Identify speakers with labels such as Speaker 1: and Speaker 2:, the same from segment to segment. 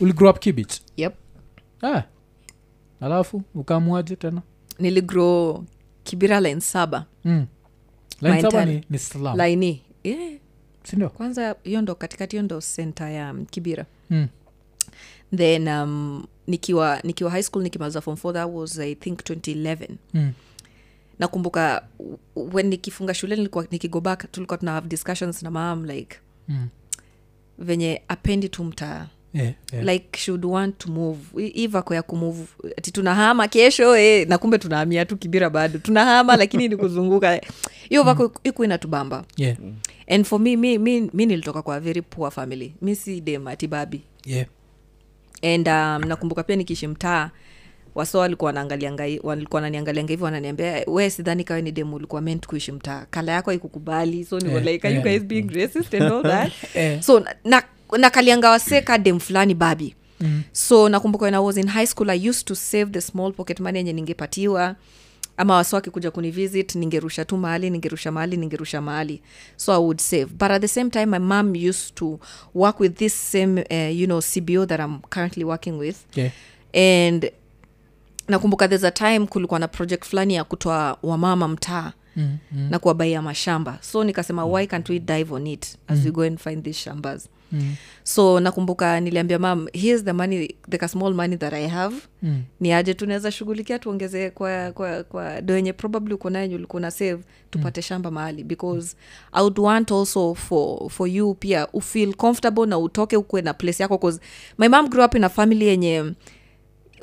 Speaker 1: uli grow up kibich
Speaker 2: yep
Speaker 1: ah. alafu ukaamwaje tena
Speaker 2: niligrow kibira line saba
Speaker 1: mm. Line saba
Speaker 2: Maentari.
Speaker 1: ni, ni slum
Speaker 2: laini yeah.
Speaker 1: sindio
Speaker 2: kwanza hiyo ndo katikati hiyo ndo senta ya um, kibira
Speaker 1: mm.
Speaker 2: then um, nikiwa nikiwa high school nikimaliza form 4 that was i think 2011
Speaker 1: mm.
Speaker 2: nakumbuka w- when nikifunga shule nilikuwa nikigo back tulikuwa tuna have discussions na maam like
Speaker 1: Mm.
Speaker 2: venye apendi tu mtaa
Speaker 1: yeah, yeah.
Speaker 2: like should want to move I- hii vako ya kumove ati tunahama kesho eh, na kumbe tunahamia tu kibira bado tunahama lakini ni kuzunguka hiyo vako iku inatubamba
Speaker 1: yeah.
Speaker 2: and for me mi, mi, mi nilitoka kwa very poor family mi si dem ati babi
Speaker 1: yeah.
Speaker 2: and um, nakumbuka pia nikiishi mtaa waso walikuwa wanaangalianga hi- walikuwa wananiangalianga hivyo wananiambia we sidhani kawe ni demu ulikuwa meant kuishi mtaa kala yako haikukubali so ni
Speaker 1: Eh,
Speaker 2: like are
Speaker 1: eh.
Speaker 2: you guys being racist and all that
Speaker 1: Eh.
Speaker 2: so na- na- nakalianga wasee ka dem fulani babi
Speaker 1: Mm.
Speaker 2: so nakumbuka when i was in high school i used to save the small pocket money yenye ningepatiwa ama waso akikuja kunivisit ningerusha tu mahali ningerusha mahali ningerusha mahali so i would save but at the same time my mom used to work with this same uh, you know cbo that i'm currently working with
Speaker 1: yeah.
Speaker 2: and nakumbuka there's a time kulikuwa na project fulani ya kutoa wamama mtaa
Speaker 1: Mm. Mm.
Speaker 2: na kuwabaia mashamba so nikasema why can't we dive on it as we go and find these shambas
Speaker 1: Mm.
Speaker 2: so nakumbuka niliambia mam here's the money the small money that i have
Speaker 1: Mm.
Speaker 2: ni aje tunaweza shughulikia tuongeze kwa, kwa, kwa do yenye probably uko nayo ulikuwa na save tupate mm. shamba mahali because i would want also for, for you pia ufeel comfortable na utoke ukuwe na place yako cause my mom grew up in a family yenye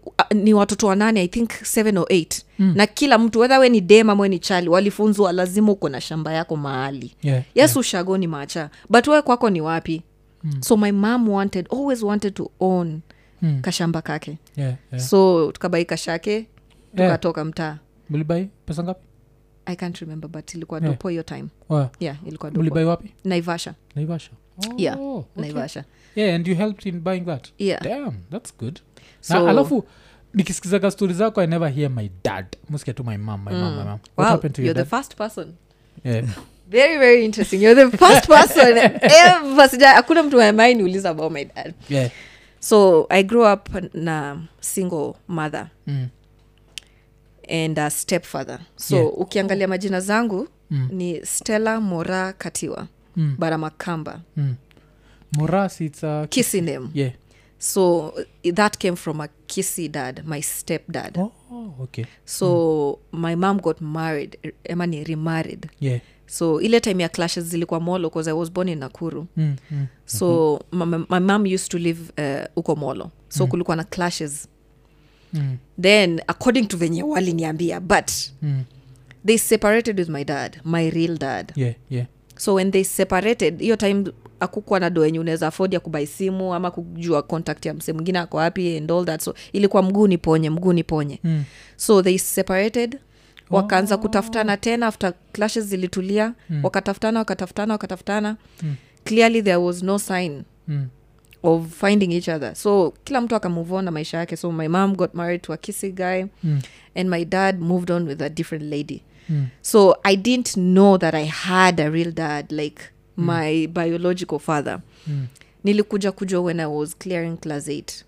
Speaker 2: uh, ni watoto wanane i think seven or eight mm. na kila mtu whether we ni dem ama we ni chali walifunzwa lazima uko na shamba yako mahali
Speaker 1: yeah.
Speaker 2: yes ushago ni macha but we kwako ni wapi mm. so my mom wanted always wanted to own
Speaker 1: Mm.
Speaker 2: kashamba kake
Speaker 1: yeah. yeah.
Speaker 2: so tukabaika shake
Speaker 1: Yeah.
Speaker 2: tukatoka mtaa
Speaker 1: mulibai pesa ngapi
Speaker 2: i can't remember but ilikuwa
Speaker 1: Yeah.
Speaker 2: dopo hiyo time
Speaker 1: Wa-
Speaker 2: yeah ilikuwa dopo
Speaker 1: mulibai wapi
Speaker 2: naivasha
Speaker 1: naivasha oh,
Speaker 2: Yeah,
Speaker 1: okay.
Speaker 2: naivasha
Speaker 1: yeah and you helped in buying that
Speaker 2: yeah
Speaker 1: damn that's good
Speaker 2: So-
Speaker 1: na, alafu nikisikizaga stori zako i never hear my dad muskia tu my mom my mom, my mom. What
Speaker 2: Mm. wow
Speaker 1: happened to your
Speaker 2: you're the
Speaker 1: dad?
Speaker 2: first person
Speaker 1: Yeah.
Speaker 2: very very interesting you're the first person ever sija hakuna mtu amai niuliza about my dad
Speaker 1: Yeah.
Speaker 2: so i grew up na single mother
Speaker 1: Mm.
Speaker 2: and a stepfather so
Speaker 1: Yeah.
Speaker 2: ukiangalia majina zangu
Speaker 1: Mm.
Speaker 2: ni stella mora katiwa
Speaker 1: Mm.
Speaker 2: baramakamba
Speaker 1: Mm. Moras, it's a
Speaker 2: kisinem
Speaker 1: yeah.
Speaker 2: so i- that came from a kissy dad my stepdad
Speaker 1: Oh, okay.
Speaker 2: so my mom got married r- ama ni remarried
Speaker 1: Yeah.
Speaker 2: so ile time ya clashes zilikuwa molo bcause i was born in nakuru
Speaker 1: Mm, mm.
Speaker 2: so my, my- my mom used to live uh, uko molo so kulikuwa na clashes
Speaker 1: Mm.
Speaker 2: then according to venye waliniambia but
Speaker 1: Mm.
Speaker 2: they separated with my dad my real dad
Speaker 1: Yeah, yeah.
Speaker 2: so when they separated hiyo time akukwa na do yenye unaweza afford ya kubai simu ama kujua contact ya mse mwingine ako wapi and all that so ilikuwa mguu niponye mguu niponye
Speaker 1: Mm.
Speaker 2: so they separated wakaanza kutafutana tena after clashes zilitulia mm. wakatafutana wakatafutana wakatafutana mm. clearly there was no sign
Speaker 1: Mm.
Speaker 2: of finding each other so kila mtu akamove on na maisha yake so my mom got married to a kissy guy
Speaker 1: Mm.
Speaker 2: and my dad moved on with a different lady
Speaker 1: Mm.
Speaker 2: so i didn't know that i had a real dad like mm. my biological father
Speaker 1: Mm.
Speaker 2: nilikuja kujua when i was clearing class 8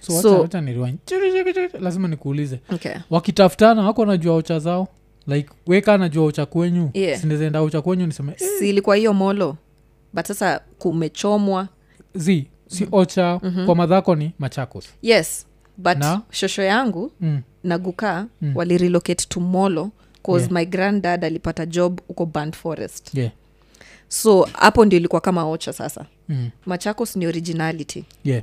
Speaker 1: so
Speaker 2: So-
Speaker 1: wacha- wacha nirewind. Chiri, chiri, chiri. lazima nikuulize
Speaker 2: okay
Speaker 1: wakitafutana wako najua ocha zao like weka najua ocha kwenyu
Speaker 2: Yeah.
Speaker 1: sindezaenda ocha kwenyu niseme eh,
Speaker 2: si ilikuwa hiyo molo but sasa kumechomwa
Speaker 1: zi si
Speaker 2: Mm-hmm.
Speaker 1: ocha kwa madhako ni machakos
Speaker 2: yes but
Speaker 1: Na?
Speaker 2: shosho yangu
Speaker 1: mm.
Speaker 2: na gukaa mm. walirelocate to molo cause
Speaker 1: Yeah.
Speaker 2: my granddad alipata job huko band forest
Speaker 1: yeah.
Speaker 2: so hapo ndio ilikuwa kama ocha sasa
Speaker 1: mm.
Speaker 2: machakos ni originality
Speaker 1: yeah.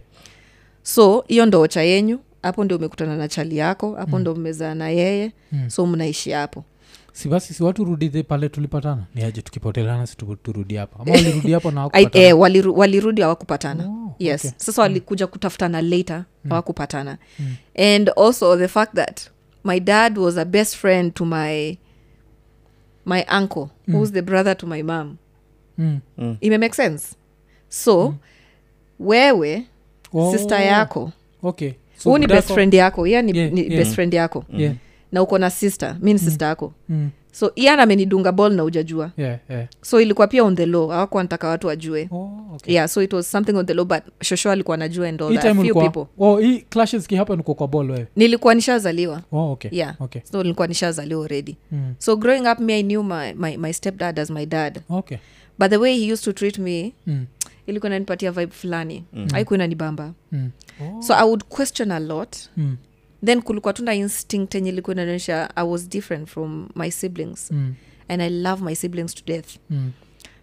Speaker 2: so hiyo ndo ocha yenyu hapo ndio umekutana na chali yako
Speaker 1: Hmm.
Speaker 2: hapo mm. ndo mmezaa na yeye mm. so mnaishi hapo
Speaker 1: si basi si watu rudidhe pale tulipatana ni aje tukipotelana si tu- turudi hapa ama walirudi hapo na
Speaker 2: I,
Speaker 1: hawakupatana?
Speaker 2: eh, waliru, walirudi hawakupatana
Speaker 1: Oh,
Speaker 2: yes
Speaker 1: okay. Hmm.
Speaker 2: sasa walikuja kutafutana later hawakupatana and also the fact that my dad was a best friend to my my uncle
Speaker 1: Hmm.
Speaker 2: who's the brother to my mom
Speaker 1: Mm.
Speaker 2: imemake sense so wewe
Speaker 1: Hmm. Oh,
Speaker 2: sister yako
Speaker 1: okay. So
Speaker 2: huu ni
Speaker 1: dada
Speaker 2: best
Speaker 1: yako-
Speaker 2: friend yako yeah, ni,
Speaker 1: Yeah,
Speaker 2: ni
Speaker 1: yeah. Hmm.
Speaker 2: best friend yako
Speaker 1: Yeah.
Speaker 2: na uko na sister mi ni sister yako
Speaker 1: Mm.
Speaker 2: so ian amenidunga ball na ujajua
Speaker 1: yeah, yeah.
Speaker 2: so ilikuwa pia on the low awako anataka watu wajue
Speaker 1: Oh, okay.
Speaker 2: yeah so it was something on the low but shosho alikuwa anajua and all
Speaker 1: Hii
Speaker 2: that.
Speaker 1: time
Speaker 2: Few
Speaker 1: ulikuwa
Speaker 2: people
Speaker 1: oh, hii clashes kihappen uko kwa bol wewe
Speaker 2: nilikuwa nishazaliwa
Speaker 1: oh, okay.
Speaker 2: yeah
Speaker 1: okay.
Speaker 2: so nilikuwa nishazaliwa already
Speaker 1: Mm.
Speaker 2: so growing up me i knew my, my, my stepdad as my dad
Speaker 1: okay.
Speaker 2: but the way he used to treat me
Speaker 1: Mm.
Speaker 2: ilikuwa inanipatia vibe fulani
Speaker 1: Mm-hmm.
Speaker 2: mm. aikuwa inanibamba
Speaker 1: Mm. Oh.
Speaker 2: so i would question a lot
Speaker 1: Mm.
Speaker 2: then kulikuwa tuna instinct enye ilikuwa inaonyesha i was different from my siblings
Speaker 1: Mm.
Speaker 2: and i love my siblings to death
Speaker 1: Mm.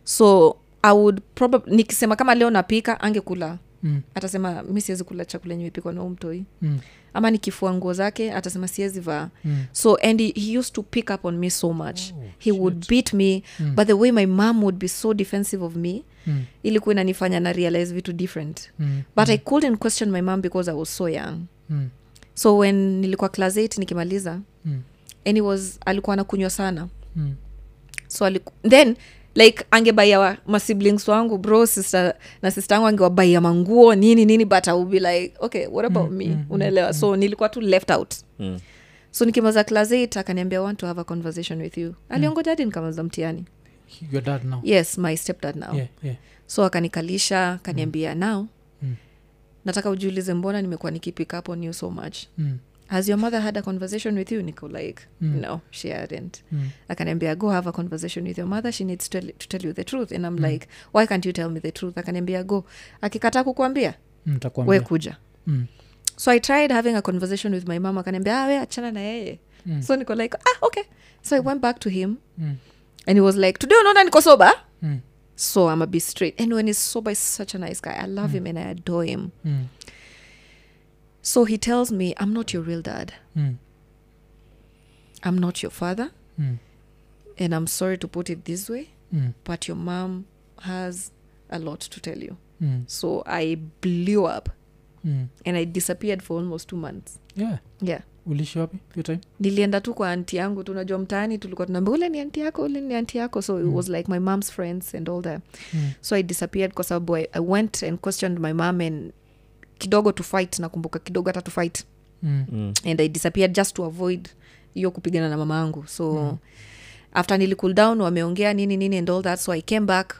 Speaker 2: so i would probably nikisema kama leo napika angekula
Speaker 1: Mm.
Speaker 2: atasema mi siwezi kula chakula enye imepikwa na huu mtoi
Speaker 1: Mm.
Speaker 2: ama nikifua nguo zake atasema siwezi vaa
Speaker 1: Mm.
Speaker 2: so and he, he used to pick up on me so much oh, he would beat me mm. but the way my mom would be so defensive of me
Speaker 1: Mm.
Speaker 2: ilikuwa inanifanya na realize vitu different
Speaker 1: Mm.
Speaker 2: but i couldn't question my mom because i was so young
Speaker 1: Mm.
Speaker 2: so when nilikuwa class 8 nikimaliza
Speaker 1: Mm.
Speaker 2: and he was alikuwa anakunywa sana
Speaker 1: Mm.
Speaker 2: so aliku, then like angebaia wa, masiblings wangu bro sister na sister angu angewabaia manguo nini nini but I would be like okay what about mm, me mm, unaelewa mm, so nilikuwa tu left out
Speaker 3: Mm.
Speaker 2: so nikimaza class 8 akaniambia "I want to have a conversation with you aliongoja hadi nikamaliza mtihani
Speaker 1: your dad now
Speaker 2: yes my stepdad now
Speaker 1: yeah, yeah.
Speaker 2: so akanikalisha akaniambia now
Speaker 1: Mm.
Speaker 2: nataka ujiulize mbona nimekuwa nikipick up on you so much
Speaker 1: Mm.
Speaker 2: has your mother had a conversation with you niko like mm. no she hadn't
Speaker 1: Mm.
Speaker 2: akaniambia go have a conversation with your mother she needs to tell, to tell you the truth and i'm mm. like why can't you tell me the truth akaniambia go akikataa kukuambia
Speaker 1: Mm, nitakwambia.
Speaker 2: we kuja
Speaker 1: Mm.
Speaker 2: so i tried having a conversation with my mom akaniambia ah, we achana na yeye mm. so niko like ah okay so i went back to him
Speaker 1: Mm.
Speaker 2: and he was like today unaona niko sober
Speaker 1: Mm.
Speaker 2: so i'm a be straight and when he's sober he's such a nice guy i love mm. him and i adore him
Speaker 1: Mm.
Speaker 2: so he tells me i'm not your real dad
Speaker 1: Mm.
Speaker 2: i'm not your father
Speaker 1: Mm.
Speaker 2: and i'm sorry to put it this way
Speaker 1: Mm.
Speaker 2: but your mom has a lot to tell you
Speaker 1: Mm.
Speaker 2: so i blew up
Speaker 1: Mm.
Speaker 2: and i disappeared for almost two months
Speaker 1: yeah
Speaker 2: yeah
Speaker 1: ulishi wapi hiyo time
Speaker 2: nilienda tu kwa anti yangu tunajua mtaani tulikuwa tunaambia ule ni anti yako ule ni anti yako so it was like my mom's friends and all that
Speaker 1: Mm.
Speaker 2: so i disappeared kwa sababu I, i went and questioned my mom and kidogo to fight nakumbuka kidogo hata to fight
Speaker 1: mm.
Speaker 3: Mm.
Speaker 2: and i disappeared just to avoid hiyo kupigana na mama yangu so mm. after nilikool down wameongea nini nini and all that so i came back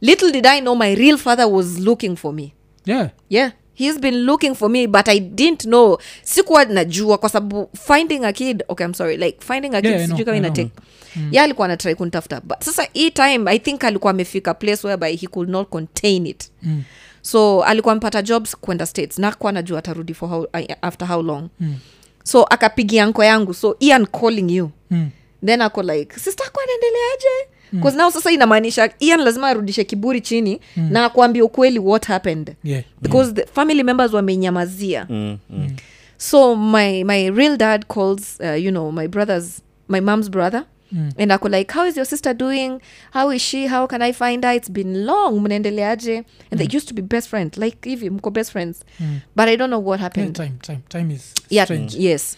Speaker 2: little did i know my real father was looking for me
Speaker 1: yeah
Speaker 2: yeah he's been looking for me but i didn't know sikuwa najua kwa sababu finding a kid okay i'm sorry like finding a kid
Speaker 1: Yeah, I know,
Speaker 2: sijui kama
Speaker 1: I know. Mm.
Speaker 2: inatake Mm. yeah alikuwa anatrai kunitafuta but sasa hii time i think alikuwa amefika place whereby he could not contain it
Speaker 1: Mm.
Speaker 2: so alikuwa amepata jobs kwenda states na kuwa najua atarudi for how, after how long
Speaker 1: Mm.
Speaker 2: so akapigia nko yangu so ian calling you
Speaker 1: Mm.
Speaker 2: then ako like sister ako anaendeleaje mm. now sasa inamaanisha ian lazima arudishe kiburi chini mm. na akuambia ukweli what happened
Speaker 1: yeah
Speaker 2: because the family members wamenyamazia
Speaker 3: Mm. Mm.
Speaker 2: so my my real dad calls uh, you know my brother's my mom's brother
Speaker 1: Mm.
Speaker 2: and ako like how is your sister doing how is she how can i find her it's been long mnaendeleaje and they used to be best friends like hivi mko best friends
Speaker 1: Mm.
Speaker 2: but i don't know what
Speaker 1: Yeah,
Speaker 2: happened
Speaker 1: time time time is
Speaker 2: yeah,
Speaker 1: strange
Speaker 2: yes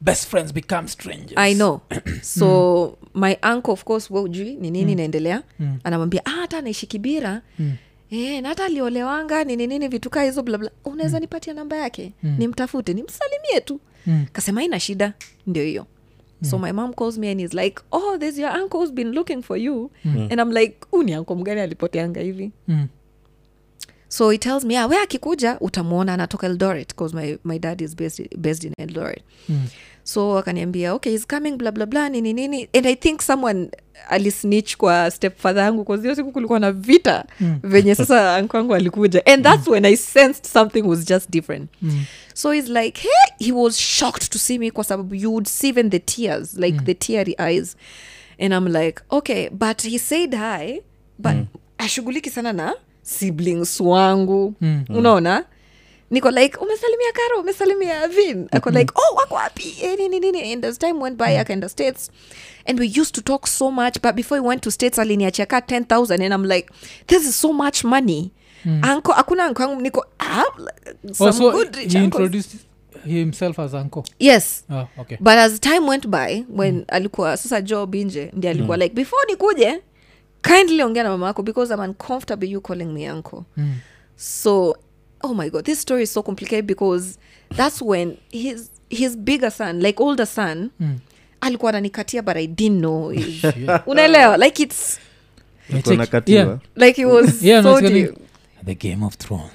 Speaker 1: best friends become strangers
Speaker 2: i know so my uncle of course we ujui ni nini inaendelea
Speaker 1: Mm.
Speaker 2: anamwambia "Ah, hata anaishi kibira
Speaker 1: Mm.
Speaker 2: Eh, na hata aliolewanga nini nini vitukaa hizo blabla unaweza nipatia namba yake
Speaker 1: Mm.
Speaker 2: nimtafute nimsalimie tu
Speaker 1: Mm.
Speaker 2: kasema ina shida ndio hiyo so my mom calls me and is like oh there's your uncle who's been looking for you mm. and i'm like huu ni uncle mgani alipoteanga hivi
Speaker 1: Mm.
Speaker 2: so he tells me ah, we akikuja utamwona anatoka eldoret because my, my dad is based, based in eldoret
Speaker 1: Mm.
Speaker 2: so akaniambia okay he's coming bla bla bla nini nini and i think someone alisnitch kwa stepfather yangu kazio siku kulikuwa na vita mm. venye sasa ankwangu alikuja and that's when i sensed something was just different
Speaker 1: Mm.
Speaker 2: so he's like hey he was shocked to see me kwa sababu you would see even the tears like
Speaker 1: Mm.
Speaker 2: the teary eyes and i'm like okay but he said hi but
Speaker 1: Mm.
Speaker 2: ashughuliki sana na siblings wangu
Speaker 1: Mm.
Speaker 2: unaona niko like umesalimia karo umesalimia vin ako like oh wako wapi Eh, nini nini and as time went by
Speaker 1: Mm.
Speaker 2: akaenda states and we used to talk so much but before he went to states aliniachia ka 10000 and i'm like this is so much money anko hakuna anko yangu niko ah, some
Speaker 1: Mm. Oh, so
Speaker 2: good rich
Speaker 1: he
Speaker 2: uncles."
Speaker 1: introduced himself as uncle
Speaker 2: yes
Speaker 1: oh, okay
Speaker 2: but as time went by when mm. alikuwa sasa job nje ndi alikuwa mm. like before nikuje kindly ongea na mama yako because i'm uncomfortable you calling me uncle
Speaker 1: Mm.
Speaker 2: so oh my god this story is so complicated because that's when his his bigger son like older son
Speaker 1: Mm.
Speaker 2: alikuwa ananikatia but i didn't know unaelewa like its
Speaker 1: Yeah,
Speaker 3: Ulikuwa
Speaker 1: check-
Speaker 3: unakatiwa?
Speaker 1: yeah.
Speaker 2: like it was
Speaker 1: Yeah,
Speaker 2: so
Speaker 1: unasikia ni-
Speaker 2: deep.
Speaker 1: the game of thrones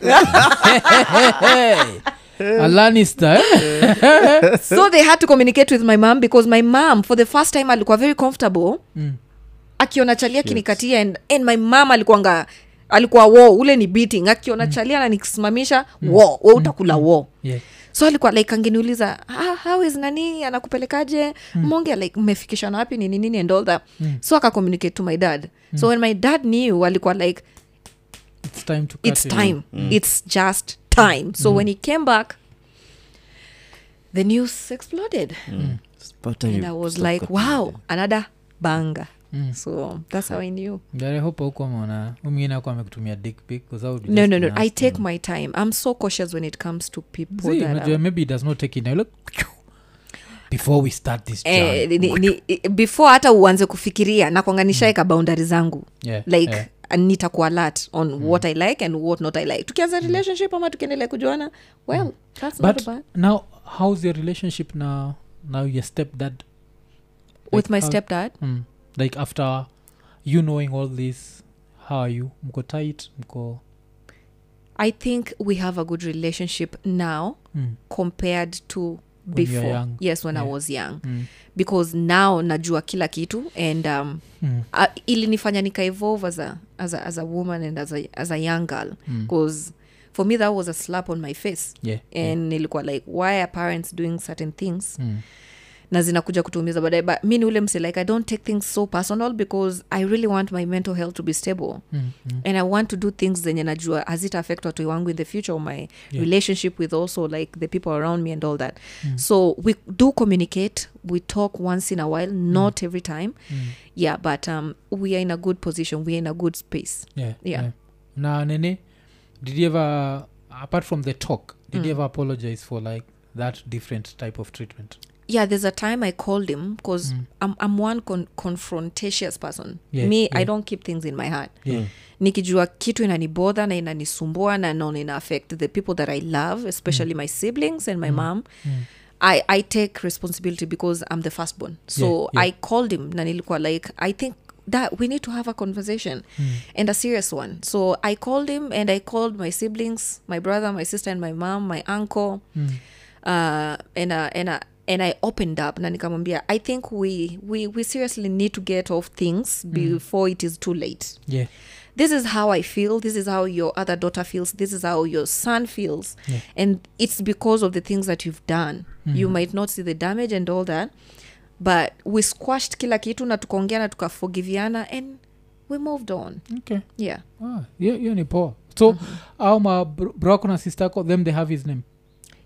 Speaker 1: alanister Eh?
Speaker 2: so they had to communicate with my mom because my mom for the first time alikuwa very comfortable
Speaker 1: Mm.
Speaker 2: akiona chalia kinikatia and, and my mom alikuanga alikuwa wo ule ni beating akiona
Speaker 1: Mm.
Speaker 2: chalia nanikisimamisha wo we utakula wo so alikuwa like angeniuliza ah, how is nani anakupelekaje
Speaker 1: Mm.
Speaker 2: monge like mmefikishana wapi nini nini and all that so akacommunicate to my dad so
Speaker 1: Mm.
Speaker 2: when my dad knew alikuwa like
Speaker 1: it's time to cut
Speaker 2: it's
Speaker 1: it. Mm.
Speaker 2: time it's just time so when he came back the news exploded
Speaker 3: Spata
Speaker 2: and
Speaker 3: you
Speaker 2: i was
Speaker 3: stop
Speaker 2: like
Speaker 3: cutting
Speaker 2: wow another banger
Speaker 1: Mm.
Speaker 2: so that's how i knew
Speaker 1: Yeah, I hope huko ameona umwingine ako amekutumia dick pic kwa sababu
Speaker 2: no
Speaker 1: just
Speaker 2: no no
Speaker 1: nasty.
Speaker 2: i take my time i'm so cautious when it comes to people
Speaker 1: See,
Speaker 2: that
Speaker 1: unajua
Speaker 2: are-
Speaker 1: maybe it does not take it now, like, before we start this
Speaker 2: Eh,
Speaker 1: jam.
Speaker 2: ni, ni, i- before hata uanze kufikiria
Speaker 1: Hmm.
Speaker 2: nakwanganishaeka boundary zangu
Speaker 1: Yeah,
Speaker 2: like
Speaker 1: yeah.
Speaker 2: yeah. nitaku alert on
Speaker 1: Hmm.
Speaker 2: mm. what i like and what not i like tukianza relationship ama tukiendelea kujuana well mm. that's not
Speaker 1: Hmm. but
Speaker 2: bad
Speaker 1: now how's your relationship now now your stepdad
Speaker 2: with my
Speaker 1: how-
Speaker 2: stepdad
Speaker 1: mm, like after you knowing all this how are you mko tight mko
Speaker 2: i think we have a good relationship now
Speaker 1: mm,
Speaker 2: compared to
Speaker 1: When you were
Speaker 2: before
Speaker 1: young.
Speaker 2: yes when i
Speaker 1: Yeah.
Speaker 2: was young
Speaker 1: mm,
Speaker 2: because now najua kila kitu and um,
Speaker 1: mm,
Speaker 2: uh, ilinifanya nikaevolve as a, as a, as a woman and as a, as a young girl
Speaker 1: Mm.
Speaker 2: because for me that was a slap on my face
Speaker 1: yeah
Speaker 2: and nilikuwa like why are parents doing certain things
Speaker 1: mm,
Speaker 2: na zinakuja kutuumiza baadaye but mi ni ule msi like i don't take things so personal because i really want my mental health to be stable
Speaker 1: mm, mm,
Speaker 2: and i want to do things zenye najua hazita affect watoi wangu in the future or my
Speaker 1: Yeah.
Speaker 2: relationship with also like the people around me and all that
Speaker 1: Mm.
Speaker 2: so we do communicate we talk once in a while not every time
Speaker 1: mm,
Speaker 2: yeah but um, we are in a good position we are in a good space
Speaker 1: yeah,
Speaker 2: Yeah.
Speaker 1: yeah. na nene did you ever apart from the talk did you ever apologize for like that different type of treatment
Speaker 2: yeah there's a time i called him because
Speaker 1: Mm.
Speaker 2: I'm, I'm one con- confrontatious person
Speaker 1: Yeah,
Speaker 2: me i
Speaker 1: yeah.
Speaker 2: don't keep things in my heart
Speaker 1: yeah.
Speaker 2: nikijua kitu inanibodha na inanisumbua na naona ina affect the people that i love especially my siblings and my mom
Speaker 1: Mm.
Speaker 2: I, i take responsibility because i'm the firstborn so
Speaker 1: yeah.
Speaker 2: i called him na nilikuwa like i think that we need to have a conversation
Speaker 1: Mm.
Speaker 2: and a serious one so i called him and i called my siblings my brother my sister and my mom my uncle
Speaker 1: Mm.
Speaker 2: uh, and, uh, and, uh, and i opened up na nikamwambia i think we, we, we seriously need to get off things
Speaker 1: Mm.
Speaker 2: before it is too late
Speaker 1: yeah
Speaker 2: this is how I feel, this is how your other daughter feels, this is how your son feels.
Speaker 1: Yeah. Mm-hmm.
Speaker 2: And it's because of the things that you've done. You might not see the damage and all that. But we squashed kila kitu na tukaongea na tukaforgiviana and we moved on.
Speaker 1: okay
Speaker 2: Yeah.
Speaker 1: ah, Mm-hmm. hiyo hiyo ni poa so au ma bro- bro ako na sister ako them they have his name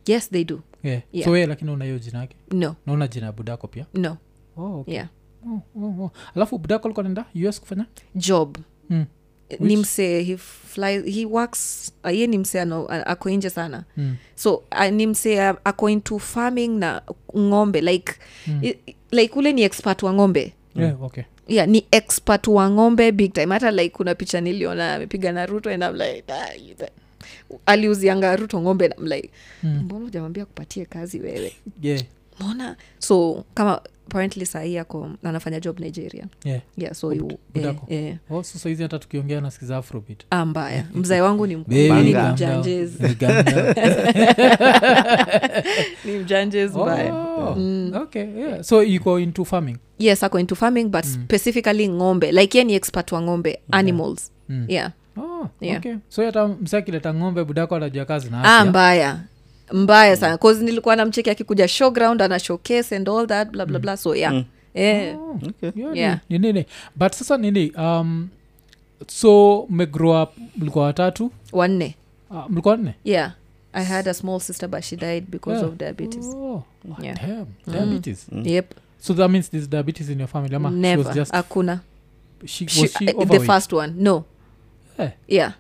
Speaker 2: Yes, they do.
Speaker 1: yeah.
Speaker 2: Yeah.
Speaker 1: so we lakini unayo jina yake
Speaker 2: No,
Speaker 1: naona jina ya budako pia
Speaker 2: no.
Speaker 1: oh, okay.
Speaker 2: Yeah.
Speaker 1: oh, oh, oh. alafu budako alikuwa naenda us kufanya
Speaker 2: Job.
Speaker 1: mm. Which-
Speaker 2: nimse he flies he works uh, ye nimse ano, a- ako nje sana
Speaker 1: Mm.
Speaker 2: so uh, nimse uh, ako into farming na ng'ombe like
Speaker 1: Hmm.
Speaker 2: i, like ule ni expert wa ng'ombe
Speaker 1: yeah, okay
Speaker 2: yeah ni expert wa ng'ombe big time hata like kuna picha niliona amepiga na ruto and I'm like "Ah, you the-" aliuzianga ruto ng'ombe and I'm like
Speaker 1: Hmm.
Speaker 2: mbona ujamwambia kupatie kazi wewe
Speaker 1: yeah.
Speaker 2: mbona so kama apparently sahii ako anafanya job nigeria
Speaker 1: Yeah.
Speaker 2: yeah so
Speaker 1: Oh,
Speaker 2: you,
Speaker 1: bud-
Speaker 2: eh,
Speaker 1: budako.
Speaker 2: eh,
Speaker 1: Oh, so saizi hata tukiongea nasikiza afrobit
Speaker 2: ah, mbaya mzae wangu ni
Speaker 1: Baby,
Speaker 2: mkubwa ni
Speaker 1: calm down.
Speaker 2: mjanjezi
Speaker 1: Calm down.
Speaker 2: ni mjanjes oh.
Speaker 1: Oh, okay, yeah. so you go into farming
Speaker 2: yes ako into farming but
Speaker 1: Mm.
Speaker 2: specifically ng'ombe like ye ni expert wa ng'ombe animals
Speaker 1: Mm.
Speaker 2: yeah
Speaker 1: oh,
Speaker 2: Yeah.
Speaker 1: okay. so hata msakileta ng'ombe budako atajua kazi na
Speaker 2: ah,
Speaker 1: afya.
Speaker 2: mbaya
Speaker 1: Mm.
Speaker 2: mbaya sana cause nilikuwa na mcheki akikuja showground ana showcase and all that bla bla
Speaker 1: Mm.
Speaker 2: bla so yeah eh,
Speaker 1: Oh,
Speaker 3: Okay.
Speaker 1: hiyo ni-
Speaker 2: Yeah.
Speaker 1: ni nini but sasa nini um, so mmegrow up mlikuwa watatu
Speaker 2: wanne
Speaker 1: uh, mlikuwa nne
Speaker 2: yeah i had a small sister but she died because
Speaker 1: Yeah.
Speaker 2: of diabetes
Speaker 1: Oh,
Speaker 2: Yeah. Mm.
Speaker 1: damn, diabetes
Speaker 2: yep
Speaker 1: so that means there's diabetes in your family ama she was
Speaker 2: never
Speaker 1: just
Speaker 2: hakuna
Speaker 1: she,
Speaker 2: She-
Speaker 1: was she
Speaker 2: uh, the
Speaker 1: overweight?
Speaker 2: first one no
Speaker 1: Eh,
Speaker 2: yeah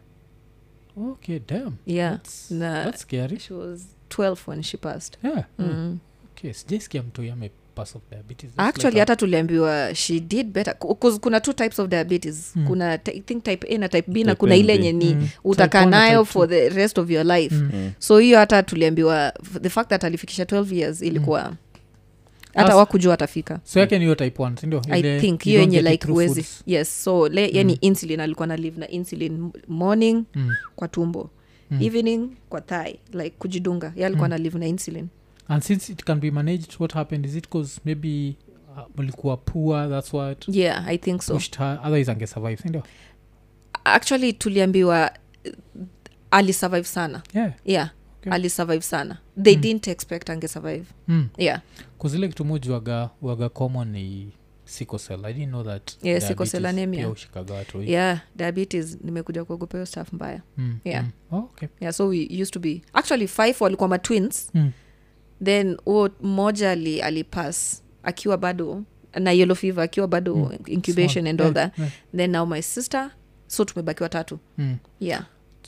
Speaker 1: okay damn
Speaker 2: yeah
Speaker 1: that's,
Speaker 2: na-
Speaker 1: that's scary
Speaker 2: she was 12 when she passed
Speaker 1: yeah
Speaker 2: mm.
Speaker 1: okay sijaisikia mtu yame pass of diabetes That's
Speaker 2: actually
Speaker 1: like a-
Speaker 2: hata tuliambiwa she did better Ku- 'cause kuna two types of diabetes
Speaker 1: Hmm.
Speaker 2: mm. kuna ti- I think type a na type b na
Speaker 3: Type
Speaker 2: kuna
Speaker 3: A
Speaker 2: ile
Speaker 3: and B.
Speaker 2: yenye ni
Speaker 1: Mm.
Speaker 2: mm.
Speaker 1: Type
Speaker 2: utakaa
Speaker 1: one na
Speaker 2: nayo
Speaker 1: type two. Hmm.
Speaker 2: for the rest of your life mm. so hiyo hata tuliambiwa f- the fact that alifikisha 12 years ilikuwa hata
Speaker 1: Hmm. As-
Speaker 2: wakujua atafika
Speaker 1: so yake niyo type one sindio
Speaker 2: i
Speaker 1: Ile
Speaker 2: think
Speaker 1: you
Speaker 2: hiyo
Speaker 1: don't
Speaker 2: yenye
Speaker 1: get it
Speaker 2: like
Speaker 1: through
Speaker 2: uwezi
Speaker 1: foods. Hmm.
Speaker 2: yes so le, yani insulin alikuwa na live na insulin m- morning
Speaker 1: Mm.
Speaker 2: kwa tumbo
Speaker 1: Mm.
Speaker 2: evening kwa thai like kujidunga ye alikuwa
Speaker 1: Hmm.
Speaker 2: na live na insulin
Speaker 1: and since it can be managed what happened is it cause maybe uh, ulikuwa poor that's what
Speaker 2: yeah i think so
Speaker 1: pushed her otherwise ange survive sindio
Speaker 2: actually tuliambiwa eh, alisurvive sana
Speaker 1: yeah
Speaker 2: yeah
Speaker 1: Okay.
Speaker 2: alisurvive sana they didn't expect angesurvive
Speaker 1: mm.
Speaker 2: yeah
Speaker 1: kuzile kitu moja waga waga common ni sikosel i didn't know that
Speaker 2: Yeah, sickle
Speaker 1: diabetes
Speaker 2: cell anemia.
Speaker 1: pia ushikaga watu wengi.
Speaker 2: yeah diabetes nimekuja kuogopa hiyo staff mbaya
Speaker 1: Mm,
Speaker 2: Yeah.
Speaker 1: mm. Oh, okay
Speaker 2: yeah so we used to be actually five walikuwa ma twins
Speaker 1: Mm.
Speaker 2: then huo mmoja ali, alipass akiwa bado na yellow fever akiwa bado
Speaker 1: Mm.
Speaker 2: incubation
Speaker 1: Small.
Speaker 2: and all
Speaker 1: Yeah,
Speaker 2: that
Speaker 1: yeah.
Speaker 2: then now my sister so tumebakiwa tatu
Speaker 1: Mm.
Speaker 2: yeah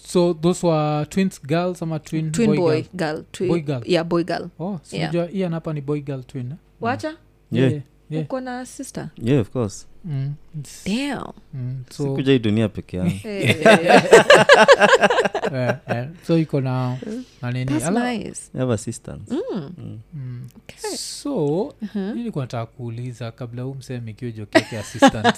Speaker 1: so those were twins girls ama twin,
Speaker 2: twin boy,
Speaker 1: boy girl?
Speaker 2: girl, twi-
Speaker 1: Boy girl.
Speaker 2: yeah boy girl
Speaker 1: oh
Speaker 2: Yeah.
Speaker 1: sinajua ian hapa ni boy girl twin eh?
Speaker 2: wacha
Speaker 1: yeah.
Speaker 3: yeah.
Speaker 1: yeah. yeah.
Speaker 2: uko na sister
Speaker 3: yeah, of course
Speaker 1: Mm. It's-
Speaker 2: Damn.
Speaker 1: mm. so,
Speaker 3: sikuja hii dunia peke yangu
Speaker 2: Hey,
Speaker 1: eh, eh, so iko na manini
Speaker 2: that's
Speaker 1: Ala-
Speaker 2: nice.
Speaker 3: I have assistance
Speaker 2: Hmm?
Speaker 1: mm. so
Speaker 2: Uh-huh.
Speaker 1: nilikuwa nataka kuuliza kabla huu msee mikiwa jokeke assistant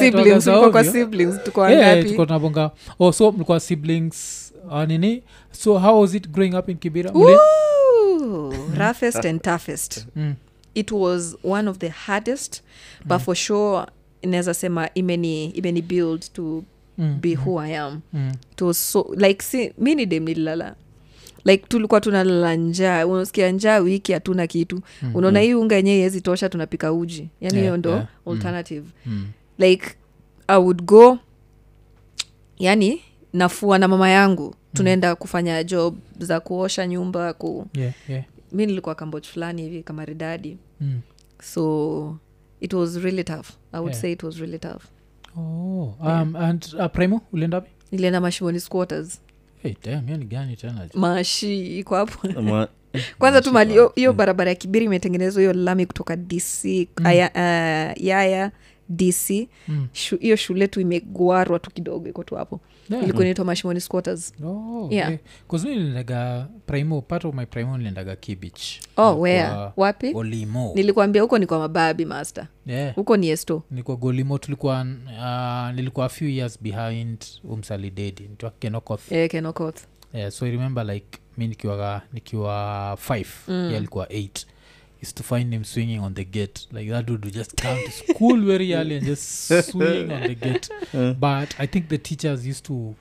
Speaker 2: Siblings, mko kwa siblings tuko wangapi?
Speaker 1: Eh, tuko tunabonga oh so mlikuwa siblings uh, nini so how was it growing up in kibira Mli-
Speaker 2: Ooh, roughest and toughest
Speaker 1: Mm.
Speaker 2: it was one of the hardest but for sure inaweza sema imeni imeni build to
Speaker 1: Mm,
Speaker 2: be who i am
Speaker 1: mm,
Speaker 2: it was so like si, mi ni dem nililala like tulikuwa tunalala njaa unasikia njaa wiki hatuna kitu mm unaona hii unga yenyewe iwezi tosha tunapika uji yani hiyo
Speaker 1: Yeah,
Speaker 2: ndo
Speaker 1: yeah. Mm.
Speaker 2: alternative
Speaker 1: mm.
Speaker 2: like i would go yani nafua na mama yangu tunaenda
Speaker 1: Mm.
Speaker 2: kufanya job za kuosha nyumba ku
Speaker 1: yeah, yeah.
Speaker 2: mi nilikuwa kamboj fulani hivi kamaridadi
Speaker 1: Mm.
Speaker 2: so it was really tough i would
Speaker 1: Yeah.
Speaker 2: say it was really tough
Speaker 1: Oh, um, and uh, primo ulienda wapi?
Speaker 2: nilienda mashimoni squatters
Speaker 1: hey, damn, hiyo ni gani tena
Speaker 2: mashi iko hapo
Speaker 3: Ama-
Speaker 2: kwanza tu mali hiyo- hiyo
Speaker 3: Mm.
Speaker 2: barabara ya kibiri imetengenezwa hiyo lami kutoka dc aya, uh, yaya dc
Speaker 1: Mm.
Speaker 2: Shu- hiyo shule tu imegwarwa tu kidogo iko tu hapo
Speaker 1: Yeah.
Speaker 2: ilikuwa inaitwa mashimoni squatters
Speaker 1: Oh,
Speaker 2: Yeah.
Speaker 1: okay. 'Cause mi nilendaga primo part of my primo nilendaga kibich
Speaker 2: oh where wapi
Speaker 1: olimo
Speaker 2: nilikuambia huko ni kwa mababi master
Speaker 1: yeah.
Speaker 2: huko ni esto
Speaker 1: nilikuwa golimo tulikuwa uh, nilikuwa a few years behind umsalidedi nitwa kenokoth
Speaker 2: eh, kenokoth
Speaker 1: yeah, so i remember like mi nikiwa nikiwa five mm. alikuwa eight is to find him swinging on the gate like that dude would just come to school very early and just swing on the gate but i think the teachers used to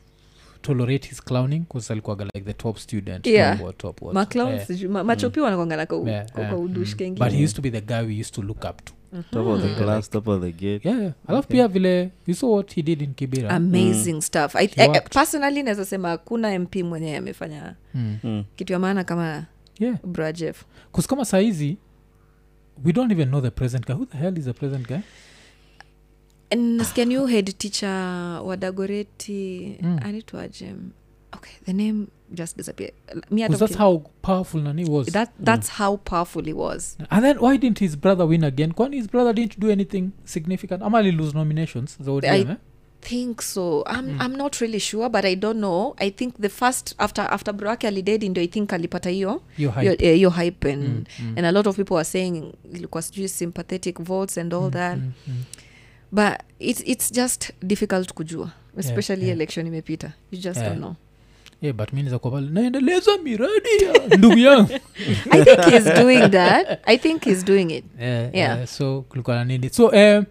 Speaker 1: tolerate his clowning because alikuwaga like the top student
Speaker 2: Yeah.
Speaker 1: top, what, top, what.
Speaker 2: maclown
Speaker 1: Eh,
Speaker 2: machopi wanakwangana
Speaker 1: Yeah,
Speaker 2: kwa
Speaker 1: yeah, Mm.
Speaker 2: udush
Speaker 1: but he
Speaker 2: kengi
Speaker 1: used to be the guy we used to look up to
Speaker 3: top of
Speaker 2: Ah.
Speaker 3: the class top of the gate
Speaker 1: yeah, yeah. alafu pia vile you saw what he did in kibira
Speaker 2: amazing stuff I,
Speaker 1: Mm. He
Speaker 2: eh,
Speaker 1: worked.
Speaker 2: personally naweza sema hakuna mp mwenyewe amefanya
Speaker 1: Mm.
Speaker 3: Mm.
Speaker 2: kitu ya maana kama
Speaker 1: yeah
Speaker 2: brajef
Speaker 1: bcause kama saizi we don't even know the present guy who the hell is the present guy
Speaker 2: nasikia new head teacher wa dagoreti
Speaker 1: Mm.
Speaker 2: anaitwaje okay the name just disappear Mi hata
Speaker 1: 'Cause that's
Speaker 2: uki-
Speaker 1: how powerful nani was Mm.
Speaker 2: that, that's how powerful he was
Speaker 1: and then why didn't his brother win again kwani his brother didn't do anything significant ama li lose nominations the ODM,
Speaker 2: I-
Speaker 1: eh?
Speaker 2: think so
Speaker 1: Hmm.
Speaker 2: I'm, i'm not really sure but i don't know i think the first after after bro wake alidedi ndio i think alipata hiyo
Speaker 1: Hiyo hype. Hmm.
Speaker 2: hiyo- eh, hiyo hype
Speaker 1: Mm,
Speaker 2: and, and a lot of people were saying ilikuwa sijui sympathetic votes and all
Speaker 1: mm, Hmm.
Speaker 2: that but it's, it's just difficult kujua especially
Speaker 1: yeah.
Speaker 2: election imepita you just
Speaker 1: Yeah.
Speaker 2: don't know
Speaker 1: Eh, but mi naeza kuwa pale naendeleza miradi ya ndugu yangu
Speaker 2: i think he's doing that i think he's doing it
Speaker 1: Eh,
Speaker 2: Yeah.
Speaker 1: eh, so kulikuwa na nini so um,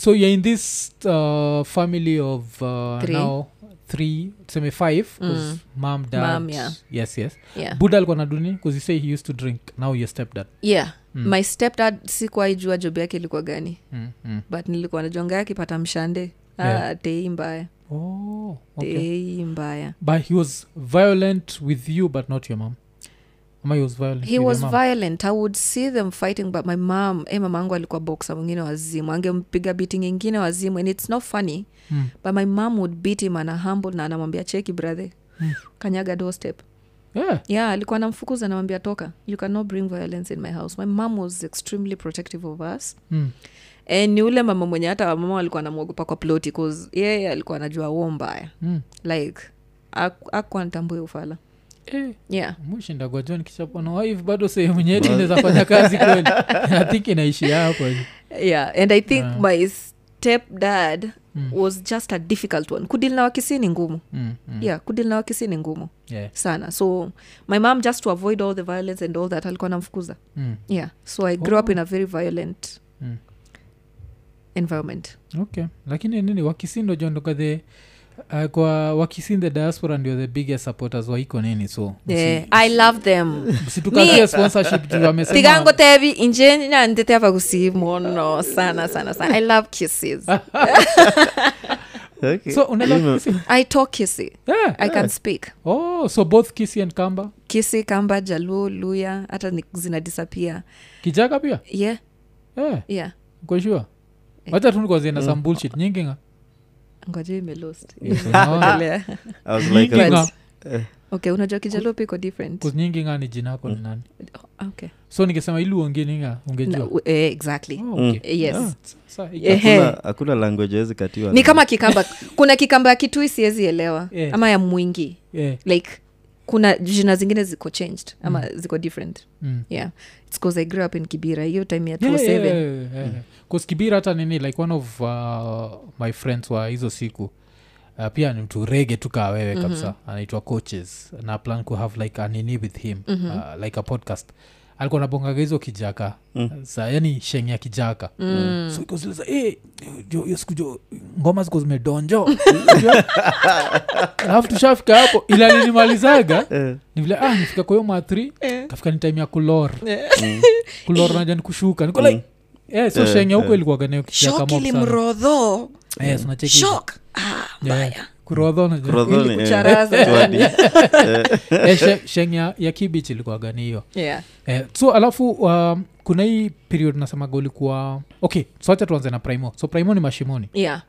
Speaker 1: so you're in this uh, family of uh,
Speaker 2: Three.
Speaker 1: now three tuseme five 'cause
Speaker 2: Mm.
Speaker 1: mom dad
Speaker 2: Mom, yeah.
Speaker 1: yes yes
Speaker 2: yeah
Speaker 1: buda alikuwa na duni bcause you say he used to drink now your stepdad
Speaker 2: yeah
Speaker 1: Mm.
Speaker 2: my stepdad sikuwaijua job yake ilikuwa gani
Speaker 1: mm, mm.
Speaker 2: but nilikuwa najonga akipata mshande
Speaker 1: Yeah.
Speaker 2: ah, tei mbaya
Speaker 1: Oh, okay.
Speaker 2: tei mbaya
Speaker 1: but he was violent with you but not your mom ama he was violent
Speaker 2: he
Speaker 1: with
Speaker 2: was
Speaker 1: your mom?
Speaker 2: violent i would see them fighting but my mom e mamangu alikuwa boxer mwingine wazimu angempiga biti ingine wazimu and its not funny
Speaker 1: Mm.
Speaker 2: but my mom would beat him ana humble na anamwambia cheki brother
Speaker 1: Hmm.
Speaker 2: kanyaga doorstep
Speaker 1: yeah.
Speaker 2: yeah alikuwa anamfukuza anamwambia toka you cannot bring violence in my house my mom was extremely protective of us
Speaker 1: mm.
Speaker 2: and ni ule mama mwenye hata wamama walikuwa anamwogopa kwa ploti bcause yeye alikuwa anajua uo mbaya
Speaker 1: Mm.
Speaker 2: like akuwa ntambue ufala
Speaker 1: eh,
Speaker 2: yeah
Speaker 1: mwishinda kwa john kichapo na wife bado sehemu nyeti inaweza fanya kazi kweli i think inaishia hapo
Speaker 2: yeah and i think
Speaker 1: Yeah.
Speaker 2: my stepdad
Speaker 1: Mm.
Speaker 2: was just a difficult one kudili na wakisi ni ngumu
Speaker 1: mm, mm,
Speaker 2: yeah kudili na wakisi ni ngumu
Speaker 1: yeah.
Speaker 2: sana so my mom just to avoid all the violence and all that alikuwa namfukuza
Speaker 1: mm,
Speaker 2: yeah so i grew up in a very violent
Speaker 1: mm.
Speaker 2: environment
Speaker 1: okay lakini nini wakisindo jondoka the uh, kwa wakisin the diaspora ndio the biggest supporters waiko nini so
Speaker 2: yeah, i love them
Speaker 1: situkazie
Speaker 2: Me-
Speaker 1: sponsorship juu
Speaker 2: tigango
Speaker 1: amesema
Speaker 2: tevi injeni nandete abagusi mono sana sana sana i love kisses
Speaker 3: Okay.
Speaker 1: so unaelewa
Speaker 3: Even-
Speaker 1: kisi
Speaker 2: i talk kisi
Speaker 1: yeah.
Speaker 2: i can speak
Speaker 1: oh so both kisi and kamba
Speaker 2: kisi kamba jaluo luya hata ni- zina disappear
Speaker 1: kijaka pia
Speaker 2: yeah
Speaker 1: yeah,
Speaker 2: yeah
Speaker 1: kwa sure
Speaker 2: Eh.
Speaker 1: wacha tunikozienda some bullshit nyingi nga
Speaker 2: ngoja imelost
Speaker 1: Unaona?
Speaker 2: Endelea.
Speaker 3: I was like,
Speaker 1: nyingi nga
Speaker 3: uh,
Speaker 2: okay unajua kijaluo piko different
Speaker 1: 'Cause nyingi nga ni jinako ni nani
Speaker 2: okay
Speaker 1: so nikisema ili uongeni nga
Speaker 2: Na,
Speaker 1: ungejua
Speaker 2: we- eh, exactly
Speaker 1: Oh, okay.
Speaker 2: yes
Speaker 1: Ah, sa- ika-
Speaker 2: Yeah.
Speaker 3: hakuna-
Speaker 2: Ehe.
Speaker 3: hakuna language awezi katiwa
Speaker 2: ni kama kikamba kuna kikamba ya kitui siwezi elewa
Speaker 1: Yeah.
Speaker 2: ama ya mwingi
Speaker 1: yeah,
Speaker 2: like kuna jina zingine ziko changed ama ziko different
Speaker 1: mm.
Speaker 2: yeah its cause i grew up in kibira hiyo time ya
Speaker 1: Yeah,
Speaker 2: 207
Speaker 1: yeah, yeah, yeah, yeah. Mm. 'Cause kibira hata nini like one of uh, my friends wa hizo siku uh, pia ni mtu rege tu kaa wewe kabisa anaitwa coaches na plan ku have like anini with him uh, like a podcast alikuwa nabongaga hizo kijaka mm. sa yani sheng ya kijaka mm. so iko zile za, "Eh, jo- hiyo siku jo ngoma ziko zimedonjo Unajua? alafu tushafika hapo ila nilimalizaga
Speaker 3: Eh.
Speaker 1: nivile ah nifika kwa hiyo mathri kafika ni time ya kulor Eh. kulor naja ni kushuka niko like
Speaker 3: mm.
Speaker 1: eh, so shenge huko
Speaker 2: Shock ilimrodho
Speaker 1: ilikuwaganekurodho
Speaker 2: Shock. Ah, mbaya.
Speaker 3: Kurodhoni, eh.
Speaker 2: Kucharaza.
Speaker 3: Tuadi.
Speaker 1: shenge Eh, ya- ya kibich ilikuwagani hiyo
Speaker 2: Yeah.
Speaker 1: eh, so alafu um, kuna hii period nasemaga ulikuwa okay so hacha tuanze na primo so primo ni mashimoni
Speaker 2: Yeah.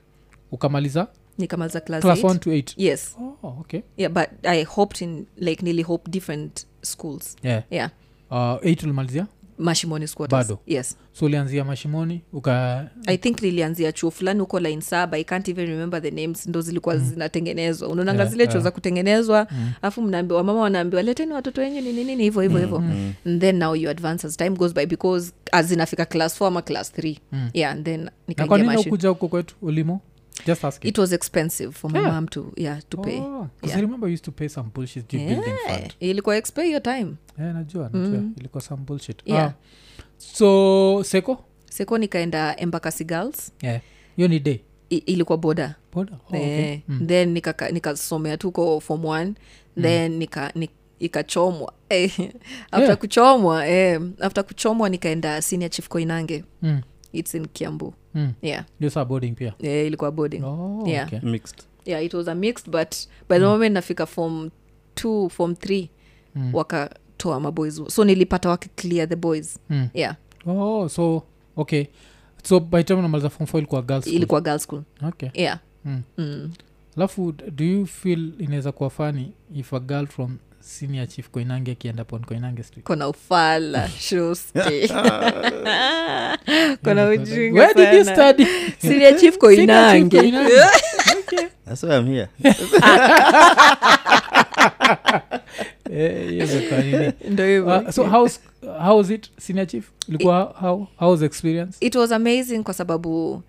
Speaker 1: ukamaliza
Speaker 2: nikamaliza class
Speaker 1: class
Speaker 2: eight.
Speaker 1: 1 to 8
Speaker 2: yes
Speaker 1: oh, okay
Speaker 2: yeah but i hoped in like nearly hope different schools
Speaker 1: yeah.
Speaker 2: yeah
Speaker 1: uh, 8 ulimalizia
Speaker 2: mashimoni squatters.
Speaker 1: Bado.
Speaker 2: yes
Speaker 1: so ulianzia mashimoni uka
Speaker 2: i think nilianzia chuo fulani huko line saba i can't even remember the names ndo zilikuwa zinatengenezwa unaonanga
Speaker 1: Mm. Yeah,
Speaker 2: zile chuo
Speaker 1: yeah. Mm.
Speaker 2: za kutengenezwa alafu mnaambiwa mama wanaambiwa leteni watoto wenyu ni nini hivyo hivyo hivyo
Speaker 1: mm.
Speaker 2: and then now you advance as time goes by because as zinafika class four ama class three yeah and then
Speaker 1: Mm. na
Speaker 2: nikaingia
Speaker 1: kwa nini
Speaker 2: machine.
Speaker 1: ukuja huko kwetu ulimo just asking
Speaker 2: it was expensive for my
Speaker 1: Yeah.
Speaker 2: mom to yeah to pay
Speaker 1: Oh, 'cause
Speaker 2: Yeah.
Speaker 1: I remember I used to pay some bullshit due building
Speaker 2: Eh,
Speaker 1: fund.
Speaker 2: ilikuwa expe hiyo time
Speaker 1: Eh, najua najua ilikuwa some bullshit
Speaker 2: Mm. Yeah.
Speaker 1: ah. so seko
Speaker 2: seko nikaenda embakasi girls
Speaker 1: Yeah. hiyo ni day
Speaker 2: I, ilikuwa boda
Speaker 1: Boda? Oh, okay. Hmm.
Speaker 2: Eh, then nikaka- nikasomea tu ko form one then nika, ni, ikachomwa Eh, after
Speaker 1: Yeah.
Speaker 2: kuchomwa eh, after kuchomwa nikaenda senior chief koinange
Speaker 1: Mm,
Speaker 2: its in kiambu
Speaker 1: mm.
Speaker 2: yeah
Speaker 1: ndio saa boarding pia
Speaker 2: eh, ilikuwa boarding
Speaker 1: Oh,
Speaker 2: Yeah.
Speaker 1: okay.
Speaker 3: mixed
Speaker 2: yeah it was a mixed but by
Speaker 1: Hmm.
Speaker 2: the moment nafika form two form three
Speaker 1: Hmm.
Speaker 2: wakatoa maboys so nilipata waki clear the boys
Speaker 1: Mm.
Speaker 2: yeah
Speaker 1: Oh, so okay so by time namaliza form four ilikuwa girls school.
Speaker 2: ilikuwa girl school
Speaker 1: okay
Speaker 2: yeah
Speaker 1: Mm.
Speaker 2: Mm.
Speaker 1: alafu d- do you feel inaweza kuwa fani if a girl from senior chief koinange akienda pon koinange street
Speaker 2: kona ufala shosti kona ujinga
Speaker 1: Where did you
Speaker 2: sana.
Speaker 1: study?
Speaker 2: Senior chief
Speaker 1: Senior chief
Speaker 2: koinange
Speaker 1: Koinange. Okay.
Speaker 3: That's why I'm here.
Speaker 1: Eh, hiyo ndio kwa nini.
Speaker 2: ndo hivo
Speaker 1: Uh, so how's, how's it senior chief ilikuwa how, how's experience
Speaker 2: it was amazing kwa sababu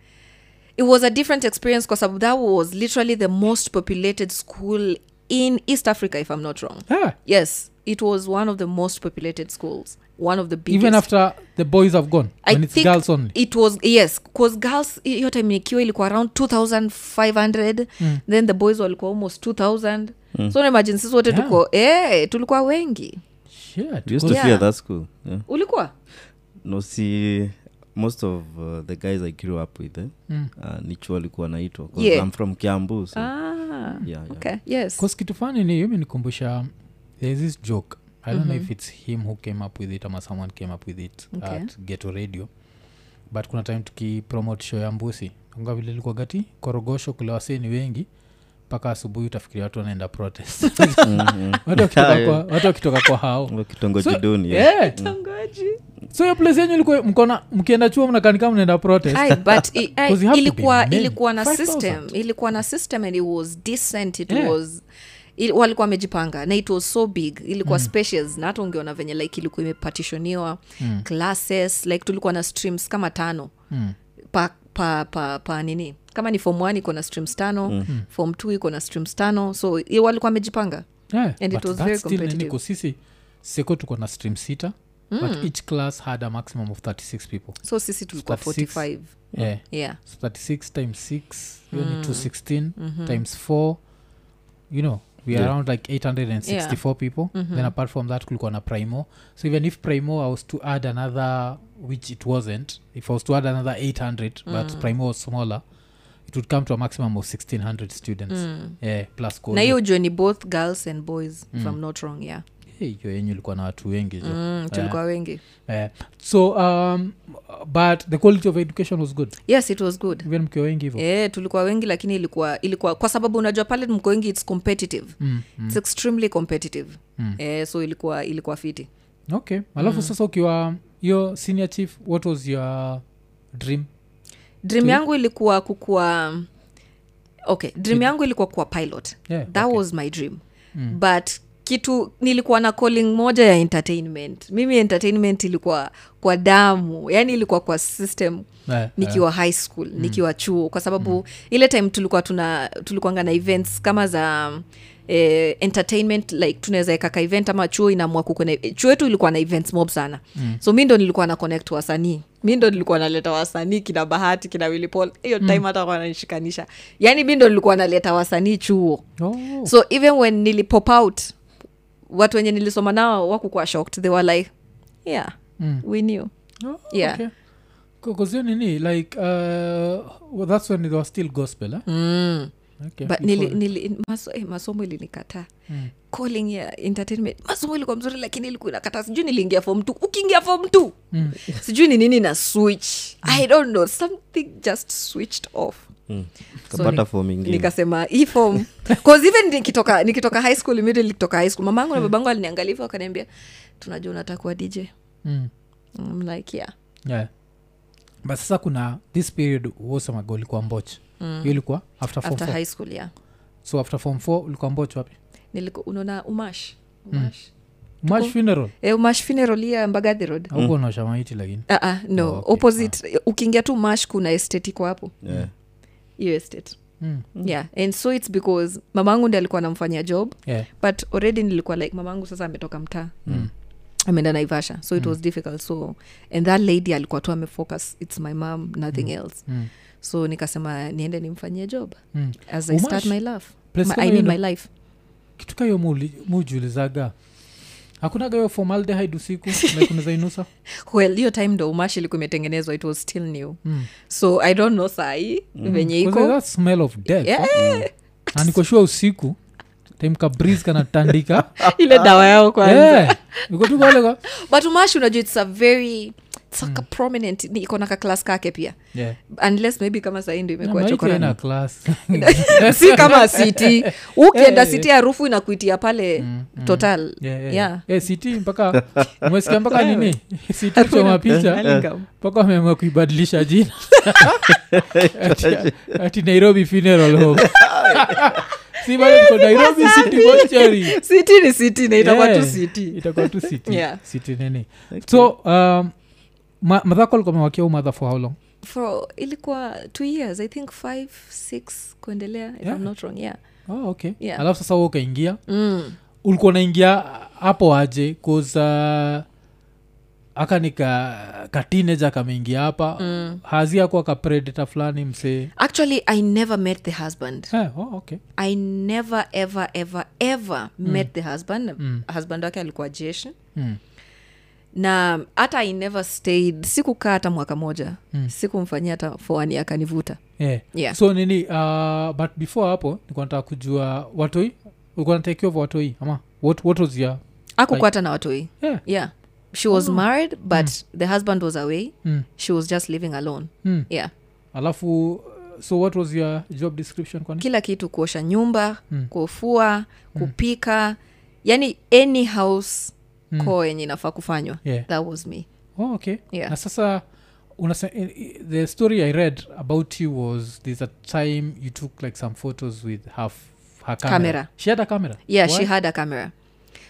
Speaker 2: it was a different experience kwa sababu that was literally the most populated school in east africa if i'm not wrong
Speaker 1: yeah.
Speaker 2: yes it was one of the most populated schools one of the biggest
Speaker 1: even after the boys have gone
Speaker 2: I
Speaker 1: when it's
Speaker 2: think
Speaker 1: girls only
Speaker 2: it was yes cause girls hi- hiyo time ikiwa ilikuwa around 2500 mm. then the boys walikuwa almost 2000 mm. so imagine sisi wote
Speaker 1: Yeah.
Speaker 2: tuko eh, tulikuwa wengi
Speaker 1: Shit,
Speaker 3: We used to
Speaker 1: because-
Speaker 2: Yeah.
Speaker 3: fear that school. Yeah.
Speaker 2: ulikuwa
Speaker 3: No, see, most of uh, the guys I grew up with, eh,
Speaker 1: Mm.
Speaker 3: uh, Nicho walikuwa naitwa. 'cause
Speaker 2: Yeah.
Speaker 3: I'm from Kiambu. So.
Speaker 2: Hmm. ah,
Speaker 3: Yeah, yeah.
Speaker 2: okay yes
Speaker 1: 'Cause kitu fani ni hiyo imenikumbusha there's this joke i don't
Speaker 2: Mm-hmm.
Speaker 1: know if it's him who came up with it ama someone came up with it
Speaker 2: Okay.
Speaker 1: at geto radio but kuna time tukipromote show ya mbusi nga vile ilikuwa gati korogosho kule wasee ni wengi mpaka asubuhi utafikiria watu wanaenda protest
Speaker 3: Mm-hmm.
Speaker 1: watu wakitoka kwa- watu wakitoka kwa hao
Speaker 3: Wa kitongoji
Speaker 1: So- eh,
Speaker 3: duni. yeah. Mm.
Speaker 1: Yeah.
Speaker 2: Tangoji.
Speaker 1: so hiyo place yenyu ilikuwa mkona mkienda chuo mnakanika mnaenda protest
Speaker 2: Aye, but i- aye,
Speaker 1: 'Cause you have to be
Speaker 2: ilikuwa
Speaker 1: many.
Speaker 2: ilikuwa na
Speaker 1: 5,000.
Speaker 2: system ilikuwa na system and it was decent it
Speaker 1: Yeah.
Speaker 2: was il, walikuwa wamejipanga na it was so big ilikuwa mm. spacious na hata ungeona venye like ilikuwa imepatishoniwa mm. classes like tulikuwa na streams kama tano
Speaker 1: Mm.
Speaker 2: pa, pa, pa, pa nini kama ni form one iko na streams tano mm. form two iko na streams tano so i- walikuwa wamejipanga
Speaker 1: Yeah,
Speaker 2: And
Speaker 1: Eh,
Speaker 2: it
Speaker 1: but
Speaker 2: was
Speaker 1: that's
Speaker 2: very
Speaker 1: still nini,
Speaker 2: competitive. Hmm.
Speaker 1: ko sisi seko tuko na stream sita mm. but each class had a maximum of 36 people
Speaker 2: so sisi tulikuwa
Speaker 1: 36.
Speaker 2: 45
Speaker 1: yeah.
Speaker 2: yeah Hmm.
Speaker 1: so 36 times 6 hiyo ni 216
Speaker 2: Mm-hmm.
Speaker 1: times 4 you know we are
Speaker 3: Yeah.
Speaker 1: around like 864 people
Speaker 2: Mm-hmm.
Speaker 1: then apart from that kulikuwa na primo so even if primo i was to add another which it wasn't if i was to add another 800
Speaker 2: Mm.
Speaker 1: but primo was smaller it would come to a maximum of 1600 students yeah, Eh, plus
Speaker 2: Mm. na
Speaker 1: Korea.
Speaker 2: hiyo ujue ni both girls and boys mm. if i'm not wrong yeah
Speaker 1: Hey, Eh, hiyo yenyu ilikuwa na watu wengi jo.
Speaker 2: mm, tulikuwa wengi
Speaker 1: Eh, so um, but the quality of education was good
Speaker 2: yes it was good
Speaker 1: even mkiwa wengi hivo
Speaker 2: yeah, Eh, tulikuwa wengi lakini ilikuwa ilikuwa kwa sababu unajua pale mko wengi its competitive mm, mm. its extremely competitive mm. yeah, so ilikuwa ilikuwa fiti
Speaker 1: okay
Speaker 2: Mm.
Speaker 1: alafu sasa ukiwa hiyo senior chief what was your dream
Speaker 2: dream yangu ilikuwa kukuwa okay dream yangu ilikuwa kuwa pilot
Speaker 1: Yeah,
Speaker 2: that was my dream Eh, mm. but kitu nilikuwa na calling moja ya entertainment mimi entertainment ilikuwa kwa damu yani ilikuwa kwa system
Speaker 1: Eh,
Speaker 2: nikiwa high school nikiwa chuo kwa sababu ile time tulikuwa tuna tulikuanga na events kama za eh, entertainment like tunaweza eka ka event ama chuo inaamua kukuna chuo yetu ilikuwa na events mob sana mm. so mi ndo nilikuwa na connect wasanii mi ndo nilikuwa naleta wasanii kina bahati kina willipol hiyo time hata mm. wanaishikanisha yani mi ndo nilikuwa naleta wasanii chuo
Speaker 1: oh,
Speaker 2: so even when nilipop out watu wenye nilisoma nao wakukuwa shocked they were like yeah
Speaker 1: Mm.
Speaker 2: we knew
Speaker 1: oh,
Speaker 2: yeah.
Speaker 1: okay. kazio nini like uh, well, that's when they were still gospel eh?
Speaker 2: mm.
Speaker 1: okay.
Speaker 2: but
Speaker 1: you
Speaker 2: nili,
Speaker 1: called-
Speaker 2: nili, maso, eh, masomo ilinikataa
Speaker 1: Mm.
Speaker 2: calling ya entertainment masomo ilikuwa mzuri lakini ilikuwa inakataa sijui niliingia fom t ukiingia fom t
Speaker 1: Mm.
Speaker 2: sijui ni nini na switch i don't know something just switched off
Speaker 1: Hmm.
Speaker 3: kapata fom ingine
Speaker 2: nikasema hii form cause even nikitoka nikitoka high school immediately nikitoka high school mamangu
Speaker 1: Hmm.
Speaker 2: na babangu aliniangalia hivyo akaniambia tunajua unataka kuwa dj
Speaker 1: Mm.
Speaker 2: I'm like yeah
Speaker 1: yeah but sasa kuna this period uosemaga ulikuwa mboch hiyo ilikuwa after form
Speaker 2: Mm. after
Speaker 1: four.
Speaker 2: high school yeah
Speaker 1: so after form four ulikuwa mboch wapi
Speaker 2: Niliku, unaona umash
Speaker 1: Hmm.
Speaker 2: umash
Speaker 1: march funeral
Speaker 2: eh, umash funeral ya mbagathi road
Speaker 1: auko unaosha maiti lakini
Speaker 2: uh -uh, no
Speaker 1: Oh, okay.
Speaker 2: opposite ukiingia tu mash kuna estate iko hapo
Speaker 3: Yeah.
Speaker 2: hiyo estate
Speaker 1: Mm.
Speaker 2: yeah and so its because mamangu ndi alikuwa anamfanyia job
Speaker 1: yeah.
Speaker 2: but already nilikuwa like mamangu sasa ametoka mtaa
Speaker 1: Hmm.
Speaker 2: mm. ameenda naivasha so it mm. was difficult so and that lady alikuwa tu amefocus its my mam nothing mm. else
Speaker 1: Mm.
Speaker 2: so nikasema niende nimfanyie job
Speaker 1: Mm.
Speaker 2: as i
Speaker 1: Umash?
Speaker 2: start my life
Speaker 1: Place
Speaker 2: my,
Speaker 1: kama
Speaker 2: i
Speaker 1: hiyo
Speaker 2: mean
Speaker 1: ndo-
Speaker 2: my life
Speaker 1: kitu kayo mujulizaga hakunaga hiyo formaldehyde usiku like unazainusa
Speaker 2: well hiyo time ndo umashi ilikuwa imetengenezwa it was still new
Speaker 1: Mm.
Speaker 2: so i don't know sahi venye
Speaker 1: Because
Speaker 2: iko
Speaker 1: that smell of death Mm.
Speaker 2: Yeah.
Speaker 1: na nikoshua usiku time ka breeze kanatandika
Speaker 2: ile dawa yao kwanza
Speaker 1: Yeah. Niko tu pale kwa-
Speaker 2: but umashi unajua its a very it's like a
Speaker 1: Hmm.
Speaker 2: prominent ni- iko na kaklas kake pia
Speaker 1: Yeah.
Speaker 2: unless maybe kama sahii
Speaker 1: Na
Speaker 2: ndo imekuwa
Speaker 1: maiti haina
Speaker 2: chokorani
Speaker 1: class.
Speaker 2: si kama city ukienda
Speaker 1: Eh, Hmm, eh.
Speaker 2: city harufu inakuitia pale total
Speaker 1: Yeah, yeah,
Speaker 2: Yeah.
Speaker 1: yeah. Eh, city mpaka umesikia mpaka nini city
Speaker 2: Harufu
Speaker 1: kuchoma
Speaker 2: ina-
Speaker 1: picha
Speaker 2: Alingam.
Speaker 1: mpaka wameamua kuibadilisha jina Ati- ati nairobi funeral home si bado tuko nairobi city mortuary
Speaker 2: city ni city na itakuwa tu
Speaker 1: Yeah,
Speaker 2: city
Speaker 1: itakuwa tu city
Speaker 2: Yeah.
Speaker 1: city nini so um, ma, madhako alikuwa amewakia umadha for how long
Speaker 2: for ilikuwa two years i think five six kuendelea if
Speaker 1: Yeah.
Speaker 2: i'm not wrong yeah
Speaker 1: oh, okay
Speaker 2: Yeah.
Speaker 1: alafu sasa huo ukaingia
Speaker 2: mm.
Speaker 1: ulikuwa unaingia hapo aje kuza aka nika katineja kameingia hapa mm. hazi ako akapredeta fulani msee
Speaker 2: actually i never met the husband
Speaker 1: eh, oh, okay.
Speaker 2: i never ever ever ever
Speaker 1: Hmm.
Speaker 2: met the husband husband wake alikuwa jeshi
Speaker 1: mm.
Speaker 2: na hata i never stayed sikukaa hata mwaka moja mm. sikumfanyia hata foani akanivuta
Speaker 1: yeah.
Speaker 2: Yeah.
Speaker 1: so nini uh, but before hapo nikuwa nataka kujua watoi ulikuwa natakiova watoi ama what, what was your
Speaker 2: akukuwa hata na watoi
Speaker 1: yeah.
Speaker 2: yeah she was married but the husband was away
Speaker 1: mm.
Speaker 2: she was just living alone
Speaker 1: Mm.
Speaker 2: yeah
Speaker 1: alafu uh, so what was your job description kwani
Speaker 2: kila kitu kuosha nyumba
Speaker 1: Mm.
Speaker 2: kufua kupika yani any house mm. koo yenye inafaa kufanywa
Speaker 1: Yeah.
Speaker 2: that was me
Speaker 1: oh, okay
Speaker 2: Yeah.
Speaker 1: na sasa unasa, i- i- the story i read about you was there's a time you took like some photos with her, f- her camera.
Speaker 2: Camera.
Speaker 1: she had a camera
Speaker 2: yeah
Speaker 1: Why?
Speaker 2: she had a camera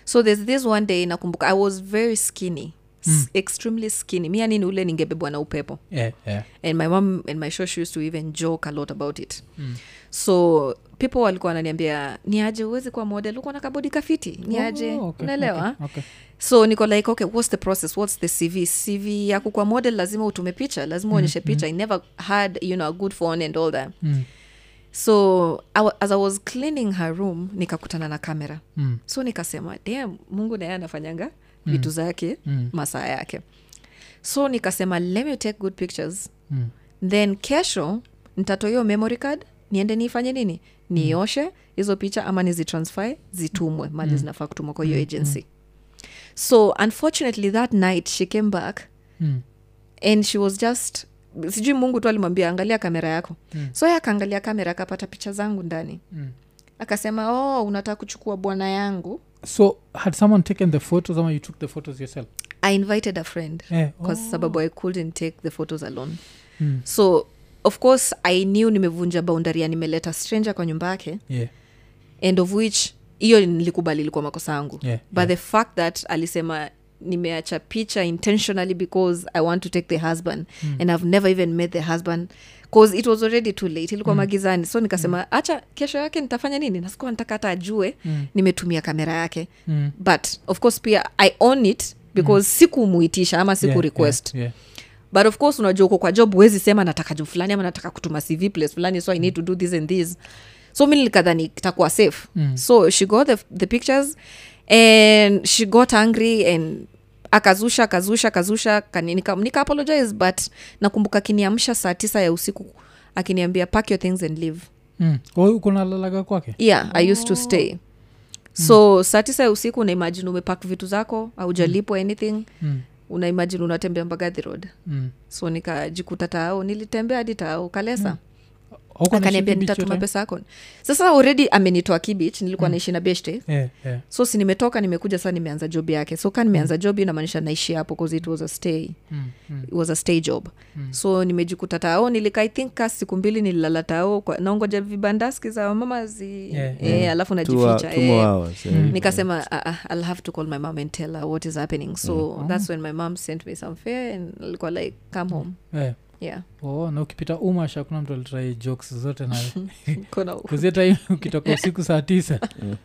Speaker 2: so there's this one day nakumbuka i was very skinny mm. extremely skinny mi yani ni ule ningebebwa na upepo
Speaker 1: yeah, yeah.
Speaker 2: and my mom and my shosh used to even joke a lot about it
Speaker 1: Hmm.
Speaker 2: mm. so people walikuwa wananiambia niaje uwezi kuwa model uko na kabodi kafiti niaje
Speaker 1: Oh,
Speaker 2: oh,
Speaker 1: okay,
Speaker 2: unaelewa
Speaker 1: okay, okay.
Speaker 2: so niko like okay what's the process what's the cv cv yako kwa model lazima utume picha lazima
Speaker 1: Hmm,
Speaker 2: uonyeshe picha i never had you know a good phone and all that
Speaker 1: Mm,
Speaker 2: so I, wa- as i was cleaning her room nikakutana na kamera
Speaker 1: mm,
Speaker 2: so nikasema dam mungu naye anafanyanga
Speaker 1: Hmm.
Speaker 2: vitu zake
Speaker 1: Mm.
Speaker 2: masaa yake so nikasema let me take good pictures
Speaker 1: mm.
Speaker 2: then kesho nitatoa hiyo memory card niende niifanye nini nioshe hizo picha ama nizitransfer zitumwe mali
Speaker 1: Mm.
Speaker 2: zinafaa kutumwa kwa hiyo agency so unfortunately that night she came back
Speaker 1: Mm.
Speaker 2: and she was just sijui mungu tu alimwambia angalia kamera yako
Speaker 1: Mm.
Speaker 2: so ye akaangalia kamera akapata picha zangu ndani
Speaker 1: Mm.
Speaker 2: akasema oh unataka kuchukua bwana yangu
Speaker 1: so had someone taken the photos ama you took the photos yourself
Speaker 2: i invited a friend
Speaker 1: Eh,
Speaker 2: kwa
Speaker 1: oh,
Speaker 2: sababu i couldn't take the photos alone
Speaker 1: Mm.
Speaker 2: so of course i knew nimevunja boundary ya nimeleta stranger kwa nyumba yake
Speaker 1: yeah,
Speaker 2: and of which hiyo nilikubali ilikuwa makosa yangu
Speaker 1: Yeah,
Speaker 2: but the fact that alisema nimeacha picha intentionally because i want to take the husband
Speaker 1: Hmm.
Speaker 2: mm. and i've never even met the husband cause it was already too late ilikuwa
Speaker 1: Hmm.
Speaker 2: mm. magizani so nikasema mm. acha kesho yake nitafanya nini nasikuwa nataka hata ajue
Speaker 1: Hmm.
Speaker 2: mm. nimetumia kamera yake
Speaker 1: Mm.
Speaker 2: but of course pia i own it because mm. sikumuitisha ama siku
Speaker 1: Hmm. yeah,
Speaker 2: yeah, request
Speaker 1: yeah, yeah.
Speaker 2: but of course unajua uko kwa job huwezi sema nataka job fulani ama nataka kutuma cv place fulani so i need to do this and this so mi nilikadhani itakuwa safe mm. so she got the, the pictures and she got angry and akazusha akazusha akazusha kani- nika, nika apologize but nakumbuka akiniamsha saa tisa ya usiku akiniambia pack your things and leave
Speaker 1: Mm. Kwa hiyo uko nalalaga kwake
Speaker 2: yeah i used to stay so saa tisa ya usiku unaimajini umepak vitu zako aujalipwa anything
Speaker 1: Mm.
Speaker 2: unaimajini unatembea mbagathi road
Speaker 1: Mm.
Speaker 2: so nikajikuta tao nilitembea hadi tao
Speaker 1: Mm.
Speaker 2: kalesa
Speaker 1: Hauko na
Speaker 2: akaniambia
Speaker 1: shilingi hiyo
Speaker 2: nitatuma
Speaker 1: time?
Speaker 2: pesa yako sasa already amenitoa kibich
Speaker 1: Mm.
Speaker 2: nilikuwa naishi na beshte
Speaker 1: Yeah, yeah.
Speaker 2: so si nimetoka nimekuja saa nimeanza job yake so ka nimeanza job inamaanisha naishi hapo bcause it was a stay
Speaker 1: Mm, mm.
Speaker 2: it was a stay job so nimejikuta tao nilika i think ka siku mbili nililala tao kwa- naongoja vibandaski za wamama zi
Speaker 1: Yeah, Mm.
Speaker 2: eh, alafu
Speaker 3: Two hou-
Speaker 2: najificha
Speaker 3: two
Speaker 2: eh
Speaker 3: more hours, eh.
Speaker 2: nikasema "Ah, ah, i'll have to call my mom and tell her what is happening so
Speaker 1: Mm. Oh.
Speaker 2: that's when my mom sent me some fare and alikuwa like come home
Speaker 1: Eh.
Speaker 2: yeah
Speaker 1: Oh, na ukipita umash hakuna mtu alitrai jokes zote naye
Speaker 2: Kuna-
Speaker 1: kuzeta ukitoka usiku saa tisa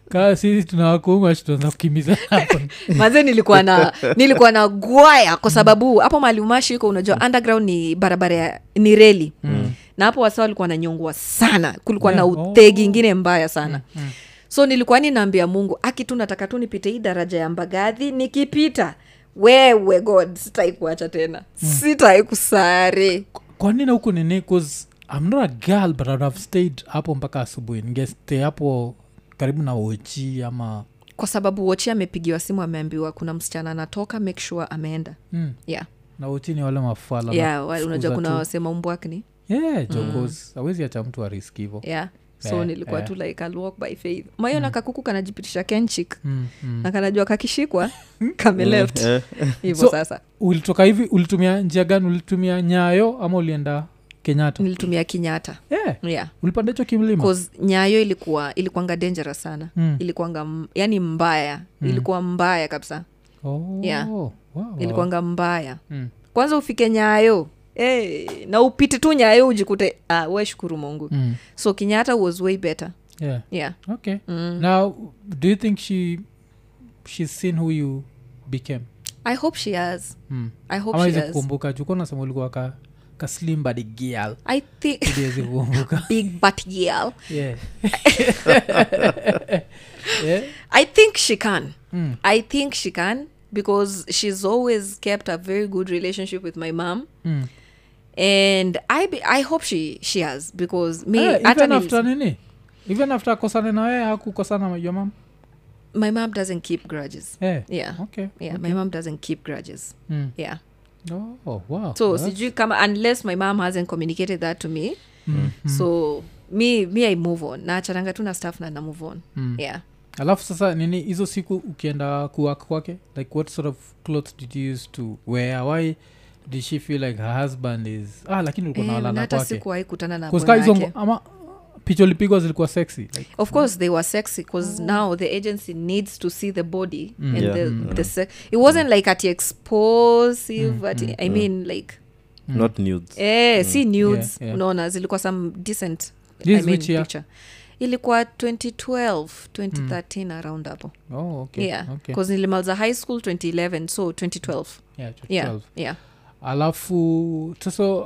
Speaker 1: kaa sisi tunawako umash tuanza kukimbiza hapo
Speaker 2: maze nilikuwa na nilikuwa na gwaya kwa sababu hapo mali umashi iko unajua underground ni barabara ya ni reli mm. na hapo wasa walikuwa nanyongwa sana kulikuwa
Speaker 1: Yeah.
Speaker 2: na
Speaker 1: Oh.
Speaker 2: utegi ingine mbaya sana mm. so nilikuwa ninaambia mungu aki tu nataka tu nipite hii daraja ya mbagadhi nikipita wewe god sitai kuacha tena mm. sitai kusare
Speaker 1: kwanina huku nini cause i'm not a girl but I'd have stayed hapo mpaka asubuhi ningestay hapo karibu na ochi ama
Speaker 2: kwa sababu wochi amepigiwa simu ameambiwa kuna msichana anatoka make sure ameenda
Speaker 1: mm.
Speaker 2: yeah.
Speaker 1: na ochi ni wale mafala
Speaker 2: yeah, wa-
Speaker 1: wanafukuza
Speaker 2: unajua kuna Mm.
Speaker 1: tu.
Speaker 2: wasema umbwakni
Speaker 1: yeah, jokos awezi acha mtu ariski hivo
Speaker 2: yeah so
Speaker 1: Yeah,
Speaker 2: nilikuwa
Speaker 1: yeah.
Speaker 2: tu like I'll walk by faith mayona mm. kakuku kanajipitisha kenchik
Speaker 1: mm, mm.
Speaker 2: na kanajua kakishikwa kame left
Speaker 3: Eh,
Speaker 2: hivo
Speaker 1: So-
Speaker 2: sasa
Speaker 1: ulitoka hivi ulitumia njia gani ulitumia nyayo ama ulienda kenyatta
Speaker 2: nilitumia kinyata
Speaker 1: yeah.
Speaker 2: yeah
Speaker 1: ulipanda hicho kimlima
Speaker 2: 'Cause nyayo ilikuwa ilikuwanga dangerous sana
Speaker 1: Mm.
Speaker 2: ilikuwanga m- yani mbaya ilikuwa mbaya kabisa
Speaker 1: oh,
Speaker 2: Yeah.
Speaker 1: wow, wow.
Speaker 2: ilikuwanga mbaya
Speaker 1: Mm.
Speaker 2: kwanza ufike nyayo hey, na upite tu nyayo ujikute ah, we shukuru mungu
Speaker 1: Mm.
Speaker 2: so kinyata was way better
Speaker 1: yeah
Speaker 2: yeah
Speaker 1: okay
Speaker 2: Mm.
Speaker 1: now do you think she she's seen who you became
Speaker 2: i hope she has
Speaker 1: mm.
Speaker 2: i hope
Speaker 1: ama
Speaker 2: she
Speaker 1: izi
Speaker 2: has
Speaker 1: kukumbuka chuko nasema ulikuwa ka ka slim body girl
Speaker 2: i think
Speaker 1: iwezi kukumbuka
Speaker 2: big butt girl
Speaker 1: yeah.
Speaker 2: I think she can.
Speaker 1: Mm.
Speaker 2: I think she can because she's always kept a very good relationship with my mom.
Speaker 1: mm.
Speaker 2: And I be, I hope she she has because me
Speaker 1: Eh,
Speaker 2: hata
Speaker 1: even
Speaker 2: nil-
Speaker 1: after nini even after akosane na wewe hakukosana na your mom
Speaker 2: my mom doesn't keep grudges.
Speaker 1: yeah.
Speaker 2: Yeah.
Speaker 1: okay
Speaker 2: Yeah, my mom doesn't keep grudges.
Speaker 1: Mm.
Speaker 2: Yeah.
Speaker 1: oh, wow.
Speaker 2: So
Speaker 1: That's-
Speaker 2: sijui kama unless my mom hasn't communicated that to me.
Speaker 1: mm-hmm. Hmm.
Speaker 2: Mm-hmm. So me me I move on. Naachananga tu na stuff na na move on.
Speaker 1: Hmm.
Speaker 2: Yeah.
Speaker 1: Mm. alafu sasa nini hizo siku ukienda kuwak kwake like what sort of clothes did you use to wear why did she feel like her husband is ah lakini ulikuwa
Speaker 2: Eh,
Speaker 1: nawalala
Speaker 2: na hata
Speaker 1: kwake
Speaker 2: sikuwahi kutana na
Speaker 1: kuska
Speaker 2: bwana
Speaker 1: hizo
Speaker 2: yake.
Speaker 1: ngo- ama picha ulipigwa zilikuwa sexy like,
Speaker 2: of course they were sexy because now the agency needs to see the body
Speaker 1: Mm.
Speaker 2: and
Speaker 3: Yeah.
Speaker 2: the,
Speaker 3: Mm.
Speaker 2: the se- it wasn't like at explosive mm. at, i mean like
Speaker 1: Mm.
Speaker 3: not nudes
Speaker 2: eh, si nudes
Speaker 1: Yeah, yeah.
Speaker 2: unaona zilikuwa some decent
Speaker 1: This
Speaker 2: I mean,
Speaker 1: which year?
Speaker 2: picture ilikuwa 2012 2013 around hapo
Speaker 1: oh, okay,
Speaker 2: yeah
Speaker 1: Mm. okay.
Speaker 2: because nilimaliza high school 2011 so 2012
Speaker 1: Yeah, to
Speaker 2: yeah
Speaker 1: 12.
Speaker 2: yeah
Speaker 1: alafu sasa uh,